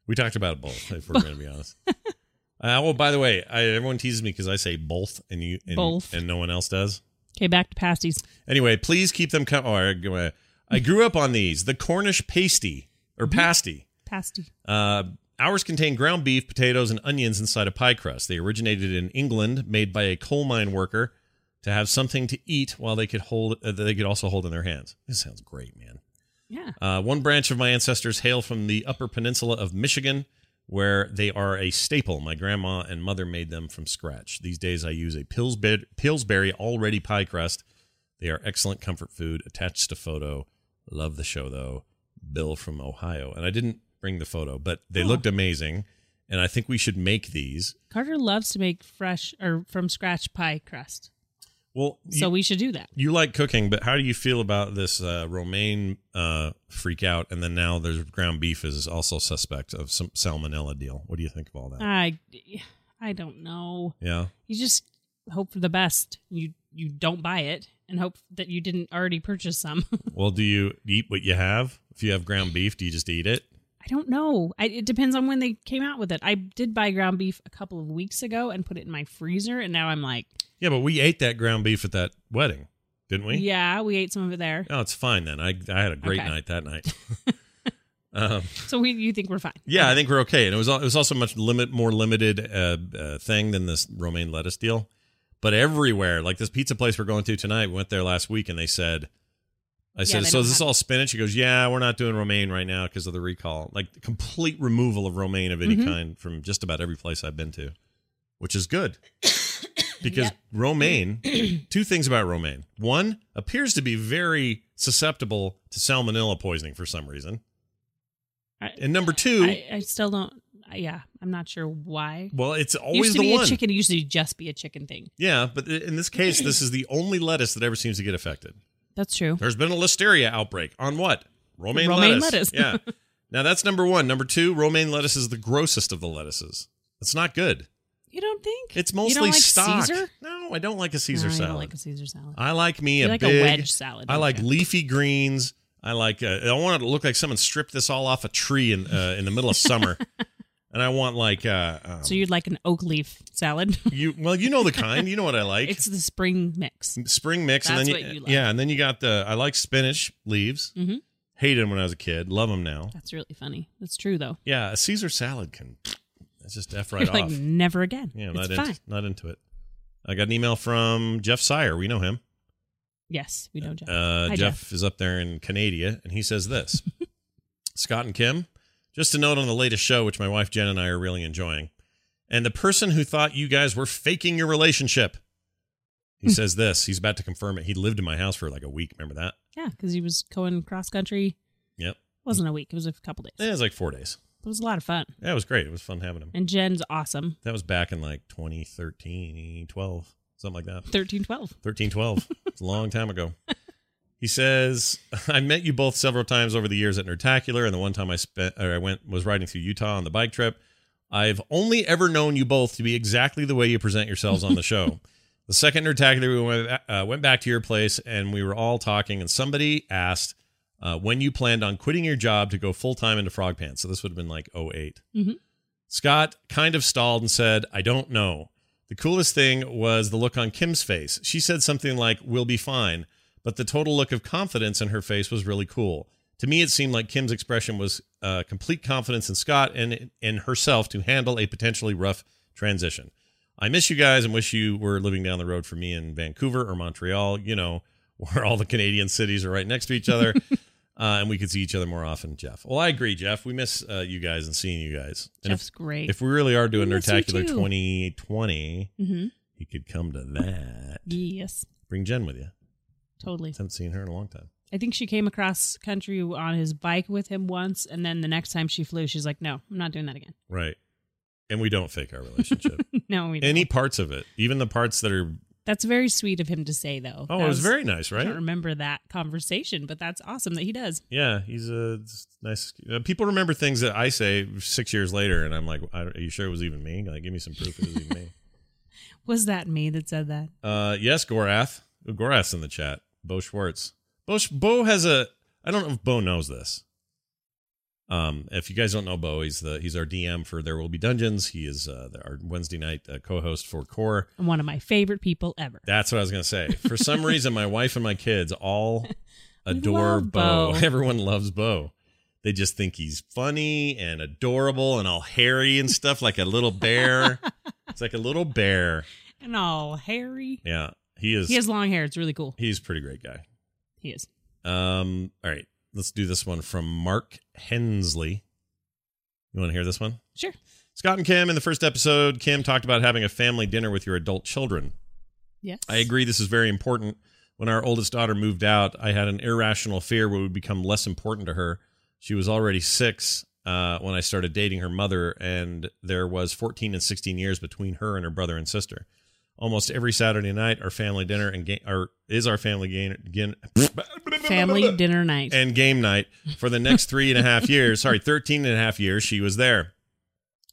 Speaker 1: we talked about both, if we're going to be honest. Uh, oh, by the way, I, everyone teases me because I say both and you and,
Speaker 2: Both.
Speaker 1: and no one else does.
Speaker 2: Okay, back to pasties.
Speaker 1: Anyway, please keep them coming. Oh, I, go- uh, I grew up on these. The Cornish pasty or
Speaker 2: Mm-hmm.
Speaker 1: pasty.
Speaker 2: Pasty.
Speaker 1: Uh, ours contain ground beef, potatoes, and onions inside a pie crust. They originated in England, made by a coal mine worker to have something to eat while they could hold. Uh, they could also hold in their hands. This sounds great, man.
Speaker 2: Yeah.
Speaker 1: Uh, one branch of my ancestors hail from the Upper Peninsula of Michigan, where they are a staple. My grandma and mother made them from scratch. These days, I use a Pillsbury, Pillsbury already pie crust. They are excellent comfort food. Attached to photo. Love the show though. Bill from Ohio, and I didn't bring the photo, but they
Speaker 2: Oh.
Speaker 1: looked amazing, and I think we should make these.
Speaker 2: Carter loves to make fresh or from scratch pie crust.
Speaker 1: Well,
Speaker 2: So
Speaker 1: you,
Speaker 2: we should do that.
Speaker 1: you like cooking, but how do you feel about this uh, romaine uh, freak out? And then now there's ground beef is also suspect of some salmonella deal. What do you think of all that?
Speaker 2: I I don't know.
Speaker 1: yeah,
Speaker 2: You just hope for the best. You you don't buy it and hope that you didn't already purchase some.
Speaker 1: Well, do you eat what you have? If you have ground beef, do you just eat it?
Speaker 2: I don't know. I, it depends on when they came out with it. I did buy ground beef a couple of weeks ago and put it in my freezer, and now I'm like,
Speaker 1: Yeah, but we ate that ground beef at that wedding, didn't we?
Speaker 2: yeah, we ate some of it there.
Speaker 1: Oh, it's fine then. I I had a great
Speaker 2: Okay.
Speaker 1: night that night. um,
Speaker 2: So we, you think we're fine?
Speaker 1: yeah, I think we're okay. And it was al- it was also much limit more limited uh, uh, thing than this romaine lettuce deal. But everywhere, like this pizza place we're going to tonight, we went there last week and they said, I
Speaker 2: Yeah,
Speaker 1: said,
Speaker 2: they
Speaker 1: so
Speaker 2: don't
Speaker 1: is this
Speaker 2: have-
Speaker 1: all spinach? He goes, yeah, we're not doing romaine right now because of the recall. Like the complete removal of romaine of any
Speaker 2: Mhm.
Speaker 1: kind from just about every place I've been to, which is good. Because
Speaker 2: Yep.
Speaker 1: romaine, two things about romaine. One, appears to be very susceptible to salmonella poisoning for some reason.
Speaker 2: I-
Speaker 1: And number two,
Speaker 2: I, I still don't. yeah, I'm not sure why.
Speaker 1: Well, it's
Speaker 2: used
Speaker 1: always the
Speaker 2: to be
Speaker 1: one.
Speaker 2: a chicken. It used to just be a chicken thing.
Speaker 1: Yeah, but i- in this case, this is the only lettuce that ever seems to get affected.
Speaker 2: That's true.
Speaker 1: There's been a listeria outbreak on what? Romaine,
Speaker 2: Romaine
Speaker 1: lettuce.
Speaker 2: lettuce.
Speaker 1: yeah. Now that's number one. Number two, romaine lettuce is the grossest of the lettuces. It's not good.
Speaker 2: You don't think
Speaker 1: It's
Speaker 2: You don't
Speaker 1: mostly
Speaker 2: like
Speaker 1: stock.
Speaker 2: Caesar?
Speaker 1: No, I don't like a Caesar
Speaker 2: No, I
Speaker 1: salad.
Speaker 2: don't like a Caesar salad.
Speaker 1: I like me
Speaker 2: You
Speaker 1: a
Speaker 2: like a
Speaker 1: big
Speaker 2: wedge salad,
Speaker 1: I
Speaker 2: don't
Speaker 1: like
Speaker 2: you?
Speaker 1: leafy greens. I like. Uh, I want it to look like someone stripped this all off a tree in uh, in the middle of summer, and I want like. Uh, um,
Speaker 2: so you'd like an oak leaf salad?
Speaker 1: you well, you know the kind. You know what I like.
Speaker 2: it's the spring mix.
Speaker 1: spring mix, and
Speaker 2: That's
Speaker 1: then
Speaker 2: what you like.
Speaker 1: yeah, and then you got the. I like spinach leaves.
Speaker 2: Mhm.
Speaker 1: Hated them when I was a kid. Love them now.
Speaker 2: That's really funny. That's true though.
Speaker 1: Yeah, a Caesar salad can. That's just f right
Speaker 2: You're like
Speaker 1: off.
Speaker 2: never again.
Speaker 1: yeah, I'm
Speaker 2: it's
Speaker 1: not into,
Speaker 2: fine.
Speaker 1: not into it. I got an email from Jeff Sire. We know him.
Speaker 2: Yes, we know Jeff.
Speaker 1: Uh,
Speaker 2: Hi,
Speaker 1: Jeff, is up there in Canada, and he says this Scott and Kim, just a note on the latest show, which my wife Jen and I are really enjoying. And the person who thought you guys were faking your relationship, he says this. He's about to confirm it. He lived in my house for like a week. Remember that?
Speaker 2: Yeah, because he was going cross country.
Speaker 1: Yep.
Speaker 2: It wasn't a week. It was a couple days.
Speaker 1: Yeah, It was like four days.
Speaker 2: It was a lot of fun.
Speaker 1: Yeah, it was great. It was fun having him.
Speaker 2: And Jen's awesome.
Speaker 1: That was back in like 2013, 12, something like that.
Speaker 2: Thirteen twelve.
Speaker 1: Thirteen twelve. it's a long time ago. He says, "I met you both several times over the years at Nertacular, and the one time I spent or I went was riding through Utah on the bike trip. I've only ever known you both to be exactly the way you present yourselves on the show. the second Nertacular, we went, uh, went back to your place, and we were all talking, and somebody asked." Uh, when you planned on quitting your job to go full time into Frog Pants. So this would have been like oh 8
Speaker 2: Mhm.
Speaker 1: Scott kind of stalled and said, I don't know. The coolest thing was the look on Kim's face. She said something like, We'll be fine. But the total look of confidence in her face was really cool. To me, it seemed like Kim's expression was uh, complete confidence in Scott and in herself to handle a potentially rough transition. I miss you guys and wish you were living down the road for me in Vancouver or Montreal, you know, where all the Canadian cities are right next to each other. Uh, and we could see each other more often, Jeff. Well, I agree, Jeff. We miss uh, you guys and seeing you guys. And if,
Speaker 2: Jeff's great.
Speaker 1: if we really are doing
Speaker 2: We miss you
Speaker 1: Nertacular
Speaker 2: too.
Speaker 1: 2020,
Speaker 2: mm-hmm.
Speaker 1: he could come to that.
Speaker 2: Yes,
Speaker 1: Bring Jen with you.
Speaker 2: totally.
Speaker 1: haven't seen her in a long time.
Speaker 2: I think she came across country on his bike with him once, and then the next time she flew, she's like, "No, I'm not doing that again."
Speaker 1: Right. And we don't fake our relationship.
Speaker 2: no, we don't.
Speaker 1: Any parts of it, even the parts that are.
Speaker 2: That's very sweet of him to say, though.
Speaker 1: Oh,
Speaker 2: That
Speaker 1: it was very nice,
Speaker 2: I
Speaker 1: right?
Speaker 2: don't remember that conversation, but that's awesome that he does.
Speaker 1: Yeah, he's a it's nice. Uh, people remember things that I say six years later, and I'm like, I, "Are you sure it was even me? Like, give me some proof it was even me."
Speaker 2: Was that me that said that?
Speaker 1: Uh, yes, Gorath. Ooh, Gorath's in the chat. Bo Schwartz. Bo, Sch- Bo has a. I don't know if Bo knows this. Um, if you guys don't know Bo, he's the he's our DM for There Will Be Dungeons. He is uh, the, our Wednesday night uh, co-host for Core.
Speaker 2: And one of my favorite people ever.
Speaker 1: That's what I was gonna say. For some reason, my wife and my kids all adore
Speaker 2: love
Speaker 1: Bo.
Speaker 2: Bo.
Speaker 1: Everyone loves Bo. They just think he's funny and adorable and all hairy and stuff, like a little bear. it's like a little bear.
Speaker 2: and all hairy.
Speaker 1: Yeah, he is.
Speaker 2: He has long hair. It's really cool.
Speaker 1: he's a pretty great guy.
Speaker 2: He is.
Speaker 1: Um, all right, let's do this one from Mark Hensley. You want to hear this one?
Speaker 2: Sure.
Speaker 1: Scott and Kim in the first episode, Kim talked about having a family dinner with your adult children.
Speaker 2: Yes.
Speaker 1: I agree, this is very important. When our oldest daughter moved out, I had an irrational fear we would become less important to her. She was already six uh, when I started dating her mother, and there was 14 and 16 years between her and her brother and sister. Almost every Saturday night, our family dinner and game, our is our family game.
Speaker 2: Family dinner night.
Speaker 1: and game night for the next three and a half years. Sorry, 13 and a half years she was there.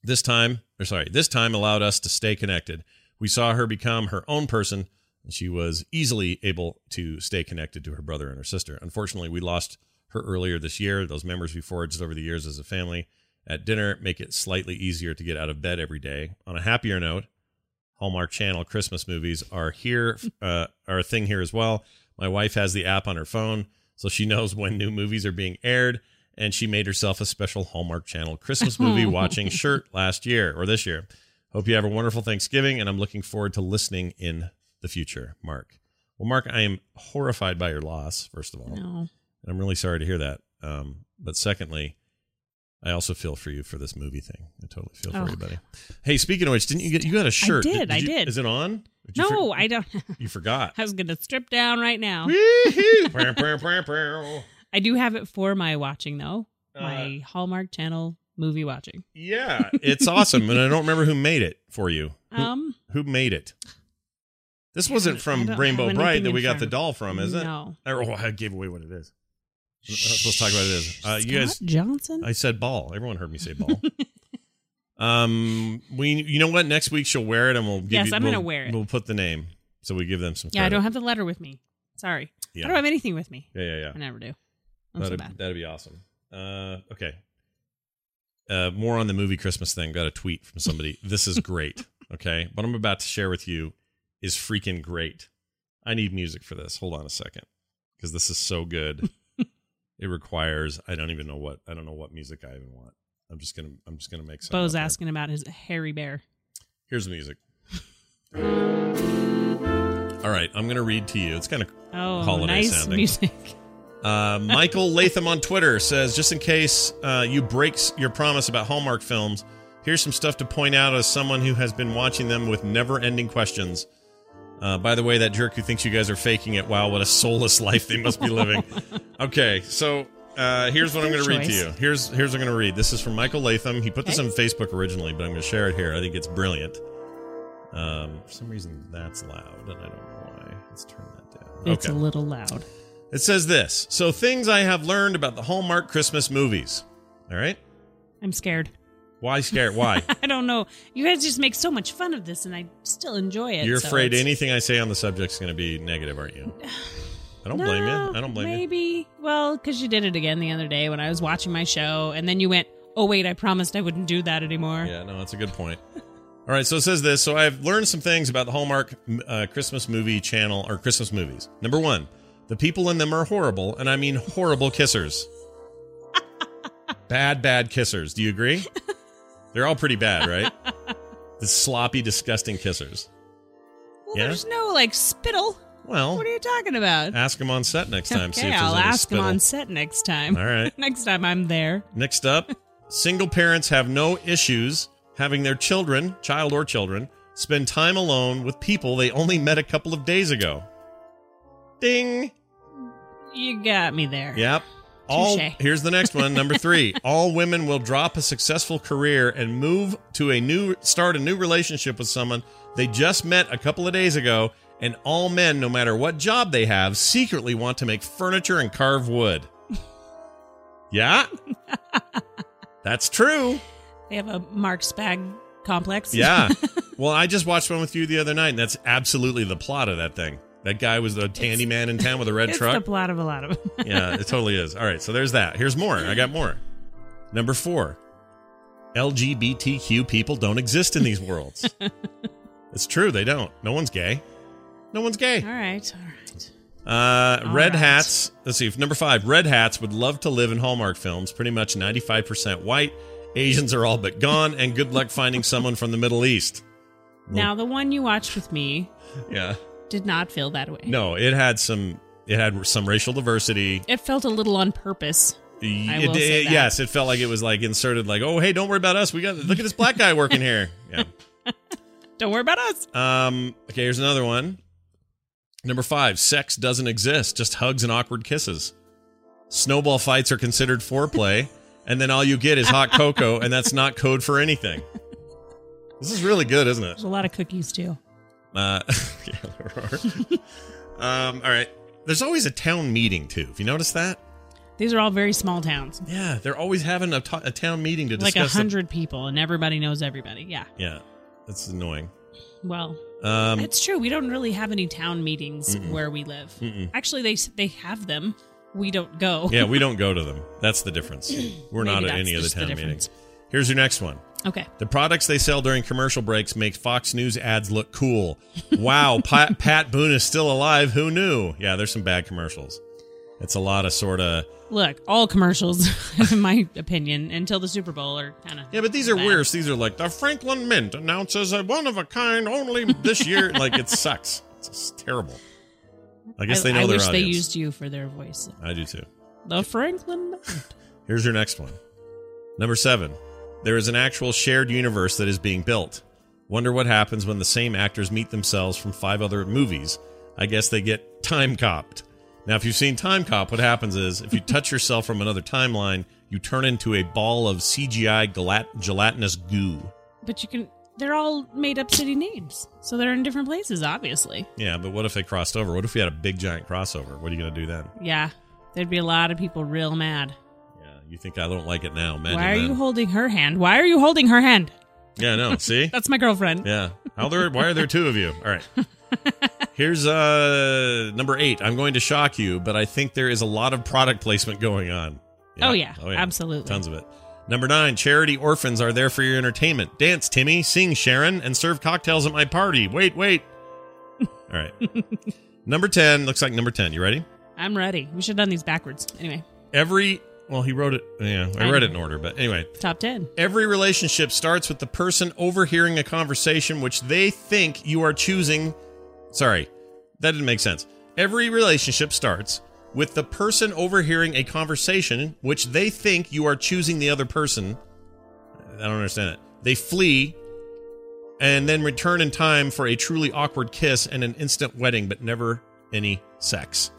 Speaker 1: This time, or sorry, this time allowed us to stay connected. We saw her become her own person, and she was easily able to stay connected to her brother and her sister. Unfortunately, we lost her earlier this year. Those memories we forged over the years as a family at dinner make it slightly easier to get out of bed every day. On a happier note, Hallmark Channel Christmas movies are here, uh, are a thing here as well. My wife has the app on her phone, so she knows when new movies are being aired, and she made herself a special Hallmark Channel Christmas movie watching shirt last year or this year. Hope you have a wonderful Thanksgiving, and I'm looking forward to listening in the future, Mark. Well, Mark, I am horrified by your loss, first of all.
Speaker 2: no.
Speaker 1: And I'm really sorry to hear that. Um, but secondly, I also feel for you for this movie thing. I totally feel for
Speaker 2: Oh.
Speaker 1: you, buddy. Hey, speaking of which, didn't you get you got a shirt?
Speaker 2: did, I
Speaker 1: you-
Speaker 2: did.
Speaker 1: Is it on? Did you
Speaker 2: No,
Speaker 1: for-
Speaker 2: I don't.
Speaker 1: You forgot.
Speaker 2: I was going to strip down right now.
Speaker 1: Wee-hoo. Pow, pow, pow, pow.
Speaker 2: I do have it for my watching, though. my Hallmark Channel movie watching.
Speaker 1: Yeah, it's awesome, and I don't remember who made it for you. Who-
Speaker 2: Um,
Speaker 1: who, made it? This
Speaker 2: I
Speaker 1: wasn't
Speaker 2: don't-
Speaker 1: from
Speaker 2: I don't
Speaker 1: Rainbow
Speaker 2: have
Speaker 1: Bride
Speaker 2: anything
Speaker 1: that
Speaker 2: in
Speaker 1: we got the
Speaker 2: front.
Speaker 1: doll from, is it?
Speaker 2: No.
Speaker 1: Or, oh, I gave away what it is. Let's let's talk about it is. Uh, you guys,
Speaker 2: Scott Johnson.
Speaker 1: I said ball. Everyone heard me say ball. um, we, you know what? Next week she'll wear it, and we'll give
Speaker 2: Yes,
Speaker 1: you.
Speaker 2: I'm gonna
Speaker 1: we'll-
Speaker 2: wear it.
Speaker 1: We'll put the name, so we give them some.
Speaker 2: yeah, I
Speaker 1: credit.
Speaker 2: don't have the letter with me. Sorry,
Speaker 1: Yeah.
Speaker 2: I don't have anything with me.
Speaker 1: Yeah, yeah, yeah.
Speaker 2: I never do. I'm so
Speaker 1: That'd,
Speaker 2: bad.
Speaker 1: that'd be awesome. Uh, okay. Uh, more on the movie Christmas thing. Got a tweet from somebody. this is great. Okay. What I'm about to share with you is freaking great. I need music for this. Hold on a second. Because this is so good. it requires I don't even know what I don't know what music I even want. I'm just gonna I'm just gonna make some.
Speaker 2: Bo's
Speaker 1: up there.
Speaker 2: asking about his hairy bear.
Speaker 1: Here's the music. All right, I'm gonna read to you. It's kind of
Speaker 2: Oh,
Speaker 1: Holiday
Speaker 2: nice
Speaker 1: sounding.
Speaker 2: music.
Speaker 1: Uh, Michael Latham on Twitter says, just in case uh, you break s- your promise about Hallmark films, here's some stuff to point out as someone who has been watching them with never-ending questions. Uh, by the way, that jerk who thinks you guys are faking it, wow, what a soulless life they must be living. okay, so uh, here's what I'm going
Speaker 2: That's
Speaker 1: to
Speaker 2: their
Speaker 1: read to
Speaker 2: choice.
Speaker 1: you. Here's here's what I'm going to read. This is from Michael Latham. He put this
Speaker 2: Okay.
Speaker 1: on Facebook originally, but I'm going to share it here. I think it's brilliant. Um, for some reason, that's loud, and I don't know why. Let's turn that down.
Speaker 2: It's
Speaker 1: okay.
Speaker 2: a little loud.
Speaker 1: It says this So, things I have learned about the Hallmark Christmas movies. All right.
Speaker 2: I'm scared.
Speaker 1: Why scared? Why?
Speaker 2: I don't know. You guys just make so much fun of this, and I still enjoy it.
Speaker 1: You're
Speaker 2: so
Speaker 1: afraid
Speaker 2: it's-
Speaker 1: anything I say on the subject's going to be negative, aren't you? I don't blame you. I don't blame you.
Speaker 2: maybe. Maybe. Well, because you did it again the other day when I was watching my show, and then you went, oh, wait, I promised I wouldn't do that anymore.
Speaker 1: Yeah, no, that's a good point. All right, so it says this. So I've learned some things about the Hallmark uh, Christmas movie channel or Christmas movies. Number one, the people in them are horrible, and I mean horrible kissers. bad, bad kissers. Do you agree? They're all pretty bad, right? The sloppy, disgusting kissers.
Speaker 2: Well,
Speaker 1: Yeah?
Speaker 2: there's no, like, spittle.
Speaker 1: Well,
Speaker 2: What are you talking about?
Speaker 1: ask him on set next time. see
Speaker 2: okay,
Speaker 1: if there's
Speaker 2: I'll
Speaker 1: any
Speaker 2: ask him on
Speaker 1: spittle.
Speaker 2: set next time.
Speaker 1: All right.
Speaker 2: next time I'm there.
Speaker 1: Next up, single parents have no issues having their children, child or children, spend time alone with people they only met a couple of days ago. Ding.
Speaker 2: You got me there.
Speaker 1: Yep. All
Speaker 2: Touche.
Speaker 1: here's the next one, number three. All women will drop a successful career and move to a new start a new relationship with someone they just met a couple of days ago, and all men, no matter what job they have, secretly want to make furniture and carve wood. Yeah? That's true.
Speaker 2: They have a Mark Spag complex.
Speaker 1: Yeah. Well, I just watched one with you the other night, and that's absolutely the plot of that thing. That guy was the tandy man in town with a red
Speaker 2: it's
Speaker 1: truck
Speaker 2: the plot of a lot of them.
Speaker 1: yeah, it totally is. All right, so there's that. Here's more. I got more. Number four LGBTQ people don't exist in these worlds. it's true, they don't. No one's gay. No one's
Speaker 2: all
Speaker 1: gay.
Speaker 2: right. All right.
Speaker 1: Uh,
Speaker 2: All
Speaker 1: red
Speaker 2: right.
Speaker 1: hats. Let's see. Number five red hats would love to live in Hallmark films, pretty much 95% white. Asians are all but gone, and good luck finding someone from the Middle East.
Speaker 2: Now, the one you watched with me
Speaker 1: Yeah.
Speaker 2: did not feel that way.
Speaker 1: No, it had some. It had some racial diversity.
Speaker 2: It felt a little on purpose. I
Speaker 1: It-
Speaker 2: will say
Speaker 1: it-
Speaker 2: that.
Speaker 1: Yes, it felt like it was like inserted, like, oh hey, don't worry about us. We got look at this black guy working here. Yeah.
Speaker 2: Don't worry about us.
Speaker 1: Um. Okay. Here's another one. Number five: sex doesn't exist. Just hugs and awkward kisses. Snowball fights are considered foreplay, and then all you get is hot cocoa, and that's not code for anything. This is really good, isn't it?
Speaker 2: There's a lot of cookies too.
Speaker 1: Uh, yeah, there are. um. All right. There's always a town meeting too. Have you noticed that?
Speaker 2: These are all very small towns,
Speaker 1: Yeah, they're always having a to- a town meeting to
Speaker 2: like
Speaker 1: discuss
Speaker 2: a
Speaker 1: the-
Speaker 2: hundred people, and everybody knows everybody. Yeah.
Speaker 1: Yeah, that's annoying.
Speaker 2: Well,
Speaker 1: Um,
Speaker 2: it's true. We don't really have any town meetings where we live.
Speaker 1: Mm-mm.
Speaker 2: Actually, they they have them. We don't go.
Speaker 1: yeah, we don't go to them. That's the difference. We're not
Speaker 2: Maybe
Speaker 1: at
Speaker 2: that's
Speaker 1: any of the
Speaker 2: just the
Speaker 1: town
Speaker 2: difference.
Speaker 1: meetings. Here's your next one.
Speaker 2: Okay.
Speaker 1: The products they sell during commercial breaks make Fox News ads look cool. Wow, Pat, Pat Boone is still alive. Who knew? Yeah, there's some bad commercials. It's a lot of sort of
Speaker 2: Look, all commercials, in my opinion, until the Super Bowl are kind of
Speaker 1: yeah, but these are worse. These are like the Franklin Mint announces a one of a kind only this year. like it sucks. It's just terrible. I guess they know
Speaker 2: I
Speaker 1: their
Speaker 2: wish
Speaker 1: audience.
Speaker 2: they used you for their voice.
Speaker 1: I do too.
Speaker 2: The Franklin.
Speaker 1: Here's your next one. Number seven. There is an actual shared universe that is being built. Wonder what happens when the same actors meet themselves from five other movies. I guess they get time copped. Now, if you've seen Time Cop, what happens is if you touch yourself from another timeline, you turn into a ball of CGI galat- gelatinous goo.
Speaker 2: But you can. They're all made up city names, so they're in different places, obviously.
Speaker 1: Yeah, but what if they crossed over? What if we had a big giant crossover? What are you going to do then?
Speaker 2: Yeah, there'd be a lot of people real mad.
Speaker 1: Yeah, you think I don't like it now? Imagine
Speaker 2: Why are
Speaker 1: then.
Speaker 2: you holding her hand? Why are you holding her hand?
Speaker 1: yeah, no. See,
Speaker 2: That's my girlfriend.
Speaker 1: yeah. How there? Why are there two of you? All right. Here's uh number eight. I'm going to shock you, but I think there is a lot of product placement going on.
Speaker 2: Oh, yeah. Absolutely.
Speaker 1: Tons of it. Number nine, charity orphans are there for your entertainment. Dance, Timmy, sing, Sharon, and serve cocktails at my party. Wait, wait. All right. number 10, looks like number 10. You ready?
Speaker 2: I'm ready. We should have done these backwards. Anyway,
Speaker 1: Every, well, he wrote it. Yeah, I
Speaker 2: I
Speaker 1: read
Speaker 2: know.
Speaker 1: it in order, but anyway.
Speaker 2: top 10.
Speaker 1: Every relationship starts with the person overhearing a conversation which they think you are choosing. Sorry, that didn't make sense. Every relationship starts with the person overhearing a conversation which they think you are choosing the other person. I don't understand it. They flee and then return in time for a truly awkward kiss and an instant wedding, but never any sex.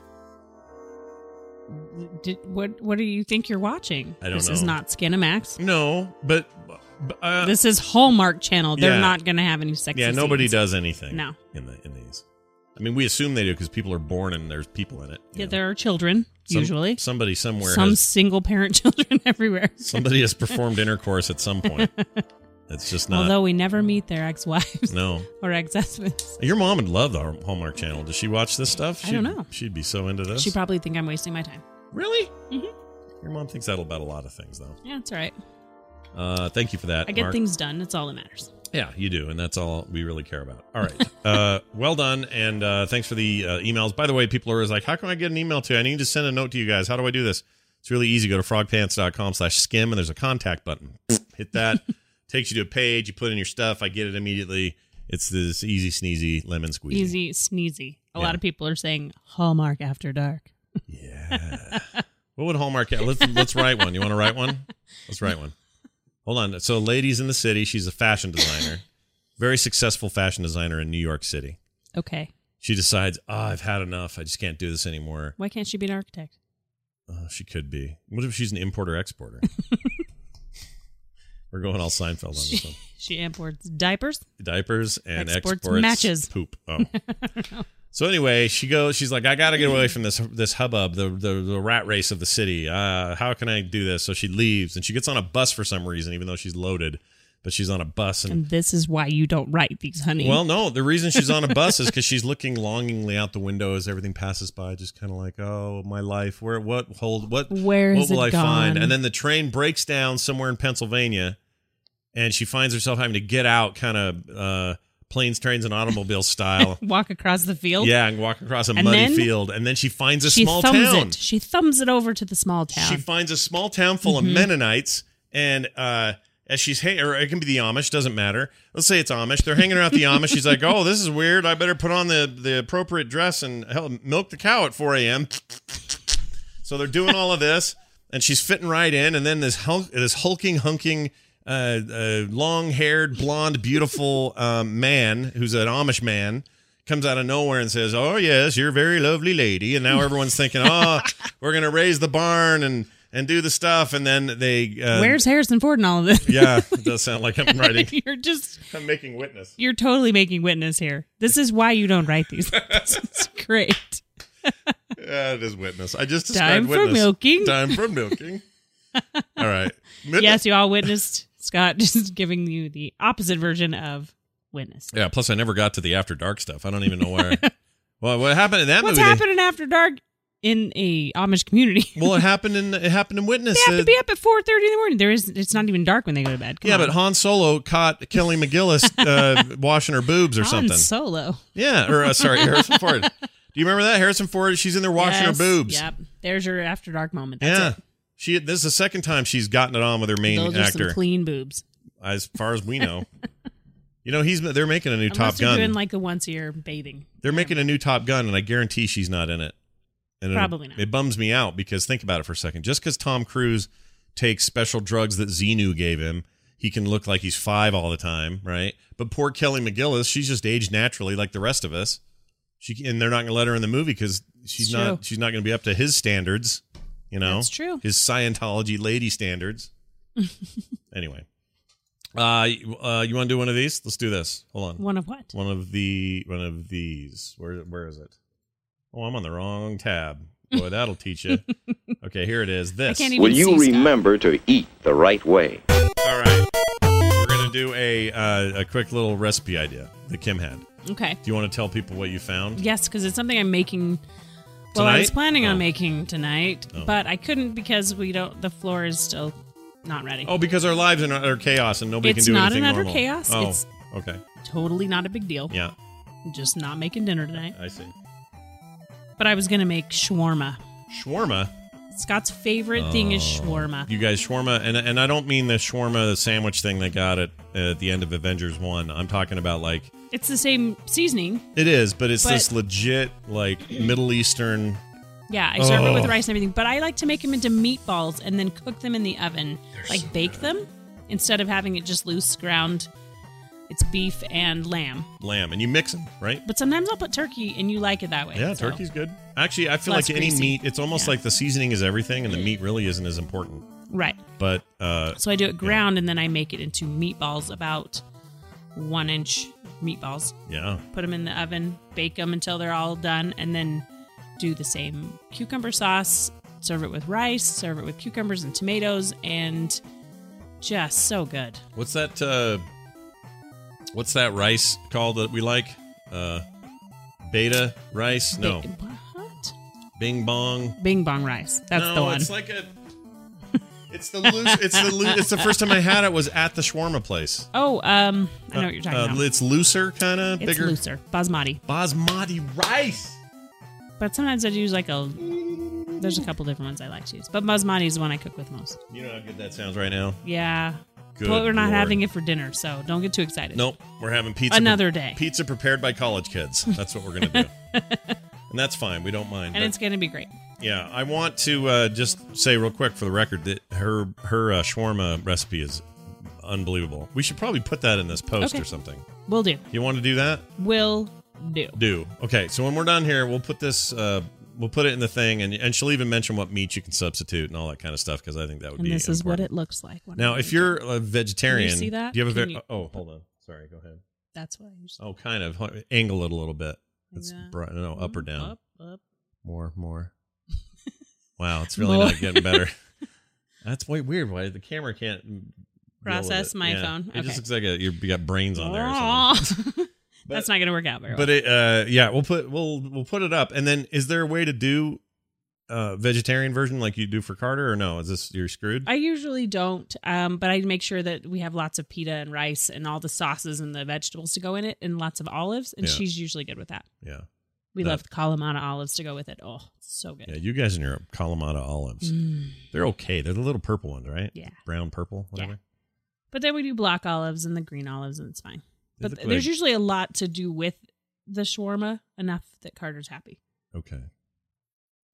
Speaker 2: Did, what What do you think you're watching?
Speaker 1: I don't
Speaker 2: this This is
Speaker 1: know.
Speaker 2: not Skinamax.
Speaker 1: No, but. but, uh,
Speaker 2: this is Hallmark Channel. They're
Speaker 1: yeah.
Speaker 2: not going to have any sex.
Speaker 1: yeah, nobody does anything.
Speaker 2: No.
Speaker 1: in the in these. I mean, we assume they do because people are born and there's people in it. you
Speaker 2: Yeah,
Speaker 1: know.
Speaker 2: there are children
Speaker 1: Some-
Speaker 2: usually.
Speaker 1: somebody somewhere
Speaker 2: Some
Speaker 1: has,
Speaker 2: single parent children everywhere.
Speaker 1: somebody has performed intercourse at some point. It's just not.
Speaker 2: Although we never meet their ex wives
Speaker 1: no,
Speaker 2: or ex husbands.
Speaker 1: your mom would love the Hall- Hallmark Channel. Does she watch this stuff?
Speaker 2: I don't
Speaker 1: She'd-
Speaker 2: know.
Speaker 1: She'd be so into this.
Speaker 2: She Mm-hmm. probably think I'm wasting my time.
Speaker 1: really. Your mom thinks that about a lot of things, though.
Speaker 2: Yeah, it's all right.
Speaker 1: Uh, thank you for that.
Speaker 2: I get
Speaker 1: Mark.
Speaker 2: things done. That's all that matters.
Speaker 1: Yeah, you do, and that's all we really care about. All right, uh, well done, and uh, thanks for the uh, emails. By the way, people are always like, "How can I get an email to? you? I need to send a note to you guys. How do I do this?" It's really easy. Go to frogpants.com/skim, and there's a contact button. Hit that. Takes you to a page. You put in your stuff. I get it immediately. It's this easy, sneezy lemon squeezy.
Speaker 2: Easy, sneezy. A
Speaker 1: Yeah.
Speaker 2: lot of people are saying Hallmark after dark.
Speaker 1: Yeah. what would Hallmark? Let's let's write one. You want to write one? Let's write one. Hold on. So, ladies in the city. She's a fashion designer, very successful fashion designer in New York City.
Speaker 2: Okay.
Speaker 1: she decides, oh, I've had enough. I just can't do this anymore.
Speaker 2: Why can't she be an architect?
Speaker 1: Oh, she could be. What if she's an importer exporter? We're going all Seinfeld on this one.
Speaker 2: She imports diapers.
Speaker 1: Diapers and exports,
Speaker 2: Exports matches.
Speaker 1: poop. Oh. so anyway, she goes. She's like, I got to get away from this this hubbub, the the, the rat race of the city. Uh, how can I do this? So she leaves and she gets on a bus for some reason, even though she's loaded. But she's on a bus and
Speaker 2: And this is why you don't write these, honey.
Speaker 1: Well, no, the reason she's on a bus is because she's looking longingly out the window as everything passes by, just kind of like, oh, my life, where, what, hold, what,
Speaker 2: Where
Speaker 1: what
Speaker 2: is
Speaker 1: will
Speaker 2: it
Speaker 1: I find?
Speaker 2: gone?
Speaker 1: And then the train breaks down somewhere in Pennsylvania, and she finds herself having to get out, kind of uh, planes, trains, and automobiles style.
Speaker 2: walk across the field.
Speaker 1: yeah, and walk across a
Speaker 2: And
Speaker 1: muddy
Speaker 2: then
Speaker 1: field, and then she finds a
Speaker 2: she
Speaker 1: small
Speaker 2: thumbs
Speaker 1: town.
Speaker 2: it. She thumbs it over to the small town. Mm-hmm.
Speaker 1: She finds a small town full of Mennonites, and uh, as she's hey, or it can be the Amish, doesn't matter. Let's say it's Amish. They're hanging out with the Amish. She's like, "Oh, this is weird. I better put on the the appropriate dress and help milk the cow at 4 a.m." So they're doing all of this, and she's fitting right in. And then this hulk, this hulking, hunking, uh, uh, long-haired, blonde, beautiful um, man who's an Amish man comes out of nowhere and says, "Oh yes, you're a very lovely lady." And now everyone's thinking, "Oh, we're gonna raise the barn and and do the stuff." And then they, uh,
Speaker 2: Where's Harrison Ford in all of this?
Speaker 1: Yeah, it does sound like I'm writing.
Speaker 2: you're just
Speaker 1: I'm making witness.
Speaker 2: you're totally making witness here. This is why you don't write these. this is great.
Speaker 1: Yeah, it is witness. I just
Speaker 2: Time
Speaker 1: described
Speaker 2: for
Speaker 1: witness.
Speaker 2: milking.
Speaker 1: Time for milking. All right.
Speaker 2: Yes, you all witnessed Scott just giving you the opposite version of witness.
Speaker 1: Yeah. Plus, I never got to the after dark stuff. I don't even know where. well, what happened in that
Speaker 2: What's
Speaker 1: movie? they-
Speaker 2: happening after dark in a Amish community?
Speaker 1: well, it happened in it happened in Witness.
Speaker 2: they have
Speaker 1: Uh,
Speaker 2: to be up at four thirty in the morning. There is. It's not even dark when they go to bed. Come
Speaker 1: yeah,
Speaker 2: on.
Speaker 1: but Han Solo caught Kelly McGillis uh, washing her boobs or
Speaker 2: Han
Speaker 1: something.
Speaker 2: Solo
Speaker 1: yeah, or uh, sorry, Harrison Ford. Do you remember that Harrison Ford? She's in there washing
Speaker 2: Yes,
Speaker 1: her boobs.
Speaker 2: Yep. There's your after dark moment. That's
Speaker 1: yeah.
Speaker 2: it.
Speaker 1: She. This is the second time she's gotten it on with her main
Speaker 2: Those are
Speaker 1: actor,
Speaker 2: some clean boobs.
Speaker 1: as far as we know. you know, he's they're making a new Top
Speaker 2: Unless you're
Speaker 1: Gun.
Speaker 2: doing like a once a year bathing.
Speaker 1: They're making a new Top Gun, and I guarantee she's not in it. And it-
Speaker 2: Probably not.
Speaker 1: It bums me out because think about it for a second. Just because Tom Cruise takes special drugs that Xenu gave him, he can look like he's five all the time, right? But poor Kelly McGillis, she's just aged naturally like the rest of us. She and they're not going to let her in the movie because she's
Speaker 2: It's
Speaker 1: not
Speaker 2: true.
Speaker 1: she's not going to be up to his standards. You know,
Speaker 2: That's true.
Speaker 1: His Scientology lady standards. anyway, uh, y- uh, you want to do one of these? Let's do this. Hold on.
Speaker 2: One of what?
Speaker 1: One of the one of these. Where where is it? Oh, I'm on the wrong tab. Boy, that'll teach you. Okay, here it is. This.
Speaker 2: can't even-
Speaker 3: Will
Speaker 2: see
Speaker 3: you
Speaker 2: stuff.
Speaker 3: remember to eat the right way?
Speaker 1: All right, we're gonna do a uh, a quick little recipe idea that Kim had.
Speaker 2: Okay.
Speaker 1: Do you want to tell people what you found?
Speaker 2: Yes, because it's something I'm making. Well, I was
Speaker 1: Tonight?
Speaker 2: planning
Speaker 1: Oh.
Speaker 2: on making tonight,
Speaker 1: Oh.
Speaker 2: but I couldn't because we don't. The floor is still not ready.
Speaker 1: Oh, because our lives are in utter chaos and nobody
Speaker 2: It's
Speaker 1: can do
Speaker 2: not
Speaker 1: anything
Speaker 2: in utter
Speaker 1: normal.
Speaker 2: chaos.
Speaker 1: Oh,
Speaker 2: It's-
Speaker 1: okay.
Speaker 2: Totally not a big deal.
Speaker 1: Yeah,
Speaker 2: Just not making dinner tonight.
Speaker 1: I see.
Speaker 2: But I was gonna make shawarma.
Speaker 1: Shawarma.
Speaker 2: Scott's favorite thing is
Speaker 1: Oh.
Speaker 2: shawarma.
Speaker 1: You guys, shawarma, and and I don't mean the shawarma sandwich thing they got at at the end of Avengers One. I'm talking about like
Speaker 2: It's the same seasoning.
Speaker 1: it is, but it's
Speaker 2: But-
Speaker 1: this legit like Middle Eastern.
Speaker 2: Yeah, I serve it with
Speaker 1: Oh.
Speaker 2: rice and everything, but I like to make them into meatballs and then cook them in the oven, like bake them instead of having it just loose ground. It's beef and lamb,
Speaker 1: lamb and you mix them, right?
Speaker 2: but sometimes I'll put turkey, and you like it that way.
Speaker 1: Yeah,
Speaker 2: so.
Speaker 1: turkey's good. Actually, I feel
Speaker 2: Less
Speaker 1: like any
Speaker 2: greasy.
Speaker 1: meat, it's almost
Speaker 2: Yeah.
Speaker 1: like the seasoning is everything and the meat really isn't as important.
Speaker 2: right?
Speaker 1: But uh
Speaker 2: So I do it ground, and then I make it into meatballs, about one inch meatballs.
Speaker 1: yeah.
Speaker 2: Put them in the oven, bake them until they're all done, and then do the same cucumber sauce. Serve it with rice. Serve it with cucumbers and tomatoes, and just so good.
Speaker 1: What's that uh what's that rice called that we like? Uh beta rice? No.
Speaker 2: Bi- what?
Speaker 1: Bing bong.
Speaker 2: Bing bong rice. That's
Speaker 1: no,
Speaker 2: the one.
Speaker 1: it's like a It's the loose it's the loose, it's the first time I had it was at the shawarma place.
Speaker 2: oh, um, I know what you're talking
Speaker 1: Uh,
Speaker 2: about.
Speaker 1: It's looser kind of,
Speaker 2: it's
Speaker 1: bigger.
Speaker 2: looser, basmati.
Speaker 1: Basmati rice.
Speaker 2: But sometimes I use like a. There's a couple different ones I like to use, but basmati is the one I cook with most.
Speaker 1: You know how good that sounds right now.
Speaker 2: Yeah.
Speaker 1: Good
Speaker 2: but we're not
Speaker 1: Lord.
Speaker 2: having it for dinner, so don't get too excited.
Speaker 1: Nope, we're having pizza.
Speaker 2: Another day.
Speaker 1: Pizza prepared by college kids. That's what we're gonna do, and that's fine. We don't mind.
Speaker 2: And
Speaker 1: But,
Speaker 2: it's gonna be great.
Speaker 1: yeah, I want to uh, just say real quick for the record that her her uh, shawarma recipe is unbelievable. We should probably put that in this post
Speaker 2: Okay.
Speaker 1: or something.
Speaker 2: Will do.
Speaker 1: You want to do that?
Speaker 2: Will do.
Speaker 1: Do okay. So when we're done here, we'll put this. Uh, we'll put it in the thing, and and she'll even mention what meat you can substitute and all that kind of stuff because I think that would
Speaker 2: And
Speaker 1: be.
Speaker 2: this is what
Speaker 1: important.
Speaker 2: it looks like. when
Speaker 1: Now,
Speaker 2: I
Speaker 1: if
Speaker 2: make it.
Speaker 1: you're a vegetarian,
Speaker 2: see that?
Speaker 1: do you have a
Speaker 2: Can
Speaker 1: ve-
Speaker 2: you-
Speaker 1: oh, hold on. Sorry, go ahead.
Speaker 2: that's what I usually
Speaker 1: Oh, kind of angle it a little bit.
Speaker 2: Like
Speaker 1: It's
Speaker 2: that.
Speaker 1: bright, Oh, no, up or
Speaker 2: Mm,
Speaker 1: down.
Speaker 2: Up, up.
Speaker 1: More, more. Wow, it's really
Speaker 2: More.
Speaker 1: not getting better. That's way weird. Why the camera can't deal with
Speaker 2: Process
Speaker 1: it.
Speaker 2: my phone.
Speaker 1: It just
Speaker 2: Okay.
Speaker 1: looks like a, you're- you got brains on there. Or something.
Speaker 2: Aw. that's not gonna work out very
Speaker 1: But
Speaker 2: well.
Speaker 1: it, uh, yeah, we'll put we'll we'll put it up. And then, is there a way to do uh, vegetarian version like you do for Carter, or no? Is this you're screwed?
Speaker 2: I usually don't, um, but I make sure that we have lots of pita and rice and all the sauces and the vegetables to go in it, and lots of olives. And
Speaker 1: Yeah.
Speaker 2: she's usually good with that.
Speaker 1: yeah,
Speaker 2: We
Speaker 1: That-
Speaker 2: love the Kalamata olives to go with it. Oh, it's so good.
Speaker 1: yeah. You guys in your Kalamata olives,
Speaker 2: Mm.
Speaker 1: they're okay. They're the little purple ones, right?
Speaker 2: Yeah.
Speaker 1: brown purple, whatever.
Speaker 2: But then we do black olives and the green olives, and it's fine.
Speaker 1: They
Speaker 2: But
Speaker 1: look
Speaker 2: th- there's
Speaker 1: like-
Speaker 2: usually a lot to do with the shawarma, enough that Carter's happy.
Speaker 1: Okay.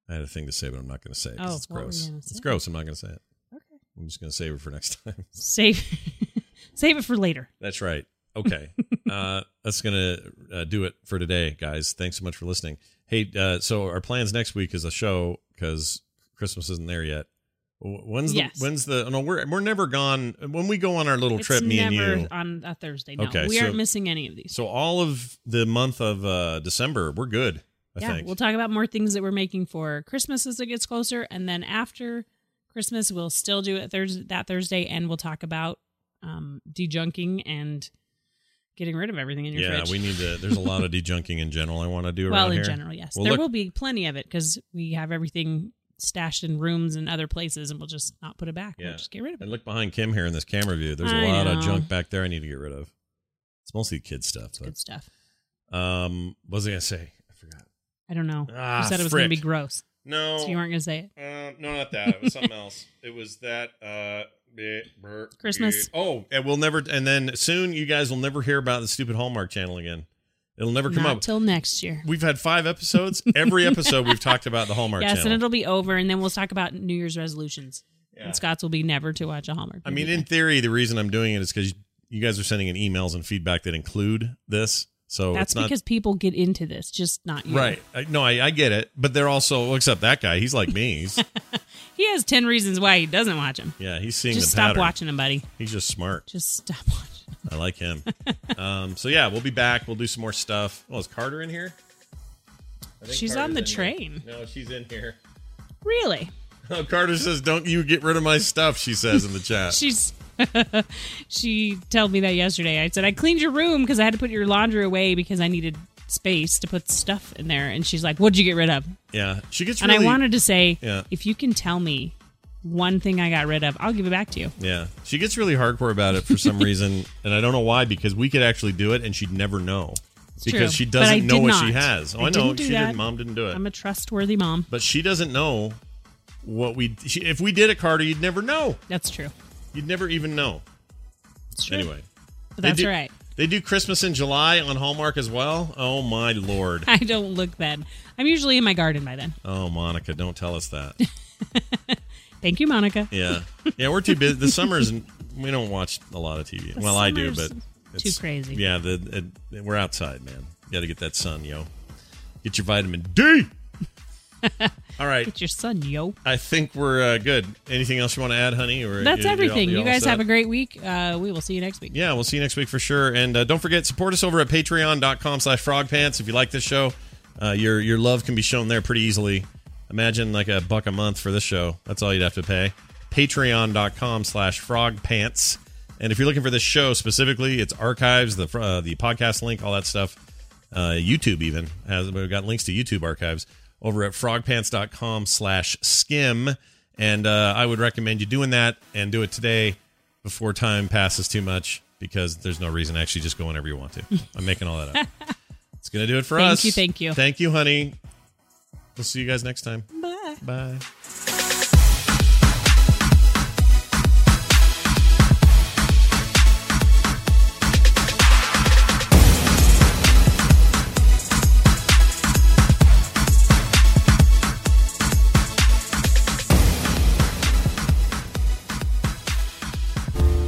Speaker 1: I had a thing to say, but I'm not going to say it 'cause
Speaker 2: Oh,
Speaker 1: it's
Speaker 2: what were you
Speaker 1: gross.
Speaker 2: gonna
Speaker 1: It's
Speaker 2: say?
Speaker 1: gross. I'm not going to say it.
Speaker 2: Okay.
Speaker 1: I'm just going to save it for next time.
Speaker 2: Save, save it for later.
Speaker 1: That's right. Okay. uh, that's going to uh, do it for today, guys. Thanks so much for listening. Hey, uh, so our plans next week is a show because Christmas isn't there yet. Wh- When's the,
Speaker 2: Yes.
Speaker 1: when's the, no, we're, we're never gone. When we go on our little
Speaker 2: it's
Speaker 1: trip, me and
Speaker 2: never
Speaker 1: you.
Speaker 2: on a Thursday. No,
Speaker 1: Okay,
Speaker 2: we
Speaker 1: so-
Speaker 2: aren't missing any of these.
Speaker 1: so all of the month of uh, December, we're good, I
Speaker 2: yeah,
Speaker 1: think.
Speaker 2: we'll talk about more things that we're making for Christmas as it gets closer, and then after Christmas, we'll still do it Thursday that Thursday, and we'll talk about um, dejunking and getting rid of everything in your
Speaker 1: yeah,
Speaker 2: fridge.
Speaker 1: we need to. There's a lot of dejunking in general I want to do around
Speaker 2: well, in
Speaker 1: here.
Speaker 2: general, yes,
Speaker 1: We'll
Speaker 2: there
Speaker 1: look-
Speaker 2: will be plenty of it because we have everything stashed in rooms and other places, and we'll just not put it back.
Speaker 1: Yeah.
Speaker 2: We'll just get rid of it.
Speaker 1: And look behind Kim here in this camera view. There's a
Speaker 2: I
Speaker 1: lot of
Speaker 2: know.
Speaker 1: junk back there I need to get rid of. It's mostly kid stuff.
Speaker 2: It's
Speaker 1: But,
Speaker 2: good stuff.
Speaker 1: um, what was I gonna say? I forgot.
Speaker 2: I don't know.
Speaker 1: Ah,
Speaker 2: you said it was going to be
Speaker 1: frick. Oh.
Speaker 2: gross,
Speaker 1: No,
Speaker 2: so you weren't going to say it.
Speaker 1: uh, no, not that. It was something else. It was that. Uh, bleh, brr,
Speaker 2: Christmas.
Speaker 1: bleh. Oh, and we'll never. And then soon, you guys will never hear about the stupid Hallmark Channel again. It'll never come
Speaker 2: Not
Speaker 1: up.
Speaker 2: till next year.
Speaker 1: We've had five episodes. Every episode, we've talked about the Hallmark
Speaker 2: yes,
Speaker 1: Channel.
Speaker 2: and it'll be over, and then we'll talk about New Year's resolutions.
Speaker 1: Yeah.
Speaker 2: And Scott's will be never to watch a Hallmark.
Speaker 1: I mean,
Speaker 2: movie.
Speaker 1: in theory, the reason I'm doing it is because you guys are sending in emails and feedback that include this. So
Speaker 2: That's
Speaker 1: it's not
Speaker 2: because people get into this, just not you.
Speaker 1: right. I, no, I, I get it, but they're also except that guy. He's like me. He's,
Speaker 2: He has 10 reasons why he doesn't watch them.
Speaker 1: yeah, he's seeing
Speaker 2: Just
Speaker 1: the
Speaker 2: stop
Speaker 1: pattern.
Speaker 2: watching him, buddy.
Speaker 1: He's just smart.
Speaker 2: Just stop watching.
Speaker 1: I like him. um, so yeah, we'll be back. We'll do some more stuff. Oh, is Carter in here? I think
Speaker 2: She's on the
Speaker 1: Carter's in here.
Speaker 2: train.
Speaker 1: No, she's in here.
Speaker 2: Really?
Speaker 1: Oh, Carter says, "Don't you get rid of my stuff?" She says in the chat.
Speaker 2: She's she told me that yesterday. I said I cleaned your room because I had to put your laundry away because I needed space to put stuff in there. And she's like, "What'd you get rid of?"
Speaker 1: yeah, she gets.
Speaker 2: and
Speaker 1: really,
Speaker 2: I wanted to say,
Speaker 1: Yeah.
Speaker 2: if you can tell me one thing I got rid of, I'll give it back to you.
Speaker 1: Yeah, she gets really hardcore about it for some reason, and I don't know why. Because we could actually do it, and she'd never know because she
Speaker 2: true. But I
Speaker 1: doesn't know
Speaker 2: did
Speaker 1: what
Speaker 2: not.
Speaker 1: she has. Oh,
Speaker 2: I
Speaker 1: I, know
Speaker 2: didn't do
Speaker 1: she
Speaker 2: that.
Speaker 1: didn't. Mom didn't do it,
Speaker 2: I'm a trustworthy mom.
Speaker 1: but she doesn't know what we. She, if we did it, Carter, you'd never know.
Speaker 2: That's true.
Speaker 1: You'd never even know.
Speaker 2: It's true.
Speaker 1: Anyway,
Speaker 2: but
Speaker 1: they
Speaker 2: that's
Speaker 1: do-
Speaker 2: right.
Speaker 1: They do Christmas in July on Hallmark as well. Oh my lord.
Speaker 2: I don't look then. I'm usually in my garden by then.
Speaker 1: Oh Monica, don't tell us that.
Speaker 2: Thank you, Monica.
Speaker 1: Yeah, yeah, we're too busy. The summers we don't watch a lot of TV.
Speaker 2: The
Speaker 1: well, I do,
Speaker 2: summer's
Speaker 1: but it's-
Speaker 2: crazy.
Speaker 1: Yeah, the it, we're outside, man. Got to get that sun, yo. Get your vitamin D. All right,
Speaker 2: Get your son, yo.
Speaker 1: I think we're uh, good. Anything else you want to add, honey? Or
Speaker 2: That's
Speaker 1: you- you all-
Speaker 2: everything. You
Speaker 1: all
Speaker 2: guys
Speaker 1: set?
Speaker 2: have a great week. Uh, we will see you next week.
Speaker 1: yeah we'll see you next week for sure and uh, don't forget support us over at patreon.com slash frogpants if you like this show uh, your your love can be shown there pretty easily imagine like a buck a month for this show that's all you'd have to pay patreon.com slash frogpants and if you're looking for this show specifically it's archives the fr- uh, the podcast link all that stuff uh, youtube even has we've got links to youtube archives over at frogpants.com slash skim and uh, i would recommend you doing that and do it today before time passes too much because there's no reason to actually just go whenever you want to. I'm making all that up. It's going to do it for
Speaker 2: Thank
Speaker 1: us.
Speaker 2: you, thank you.
Speaker 1: Thank you, honey. We'll see you guys next time.
Speaker 2: Bye.
Speaker 1: Bye.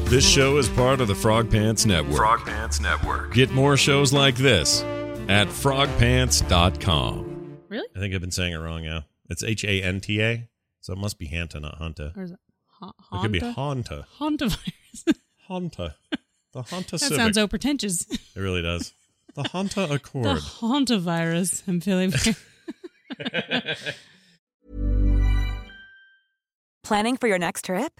Speaker 1: This show is part of the Frog Pants Network.
Speaker 4: Frog Pants Network.
Speaker 1: Get more shows like this at frogpants.com.
Speaker 2: Really?
Speaker 1: I think I've been saying it wrong now. It's H A N T A, so it must be Hanta, not Hunta.
Speaker 2: Or is it ha-
Speaker 1: It could be
Speaker 2: Honda?
Speaker 1: Honta.
Speaker 2: Honda virus.
Speaker 1: Honta. The Honta
Speaker 2: that
Speaker 1: Civic.
Speaker 2: sounds so pretentious.
Speaker 1: it really does. The Honta
Speaker 2: The
Speaker 1: Accord.
Speaker 2: Honda virus. I'm feeling. very-
Speaker 5: Planning for your next trip?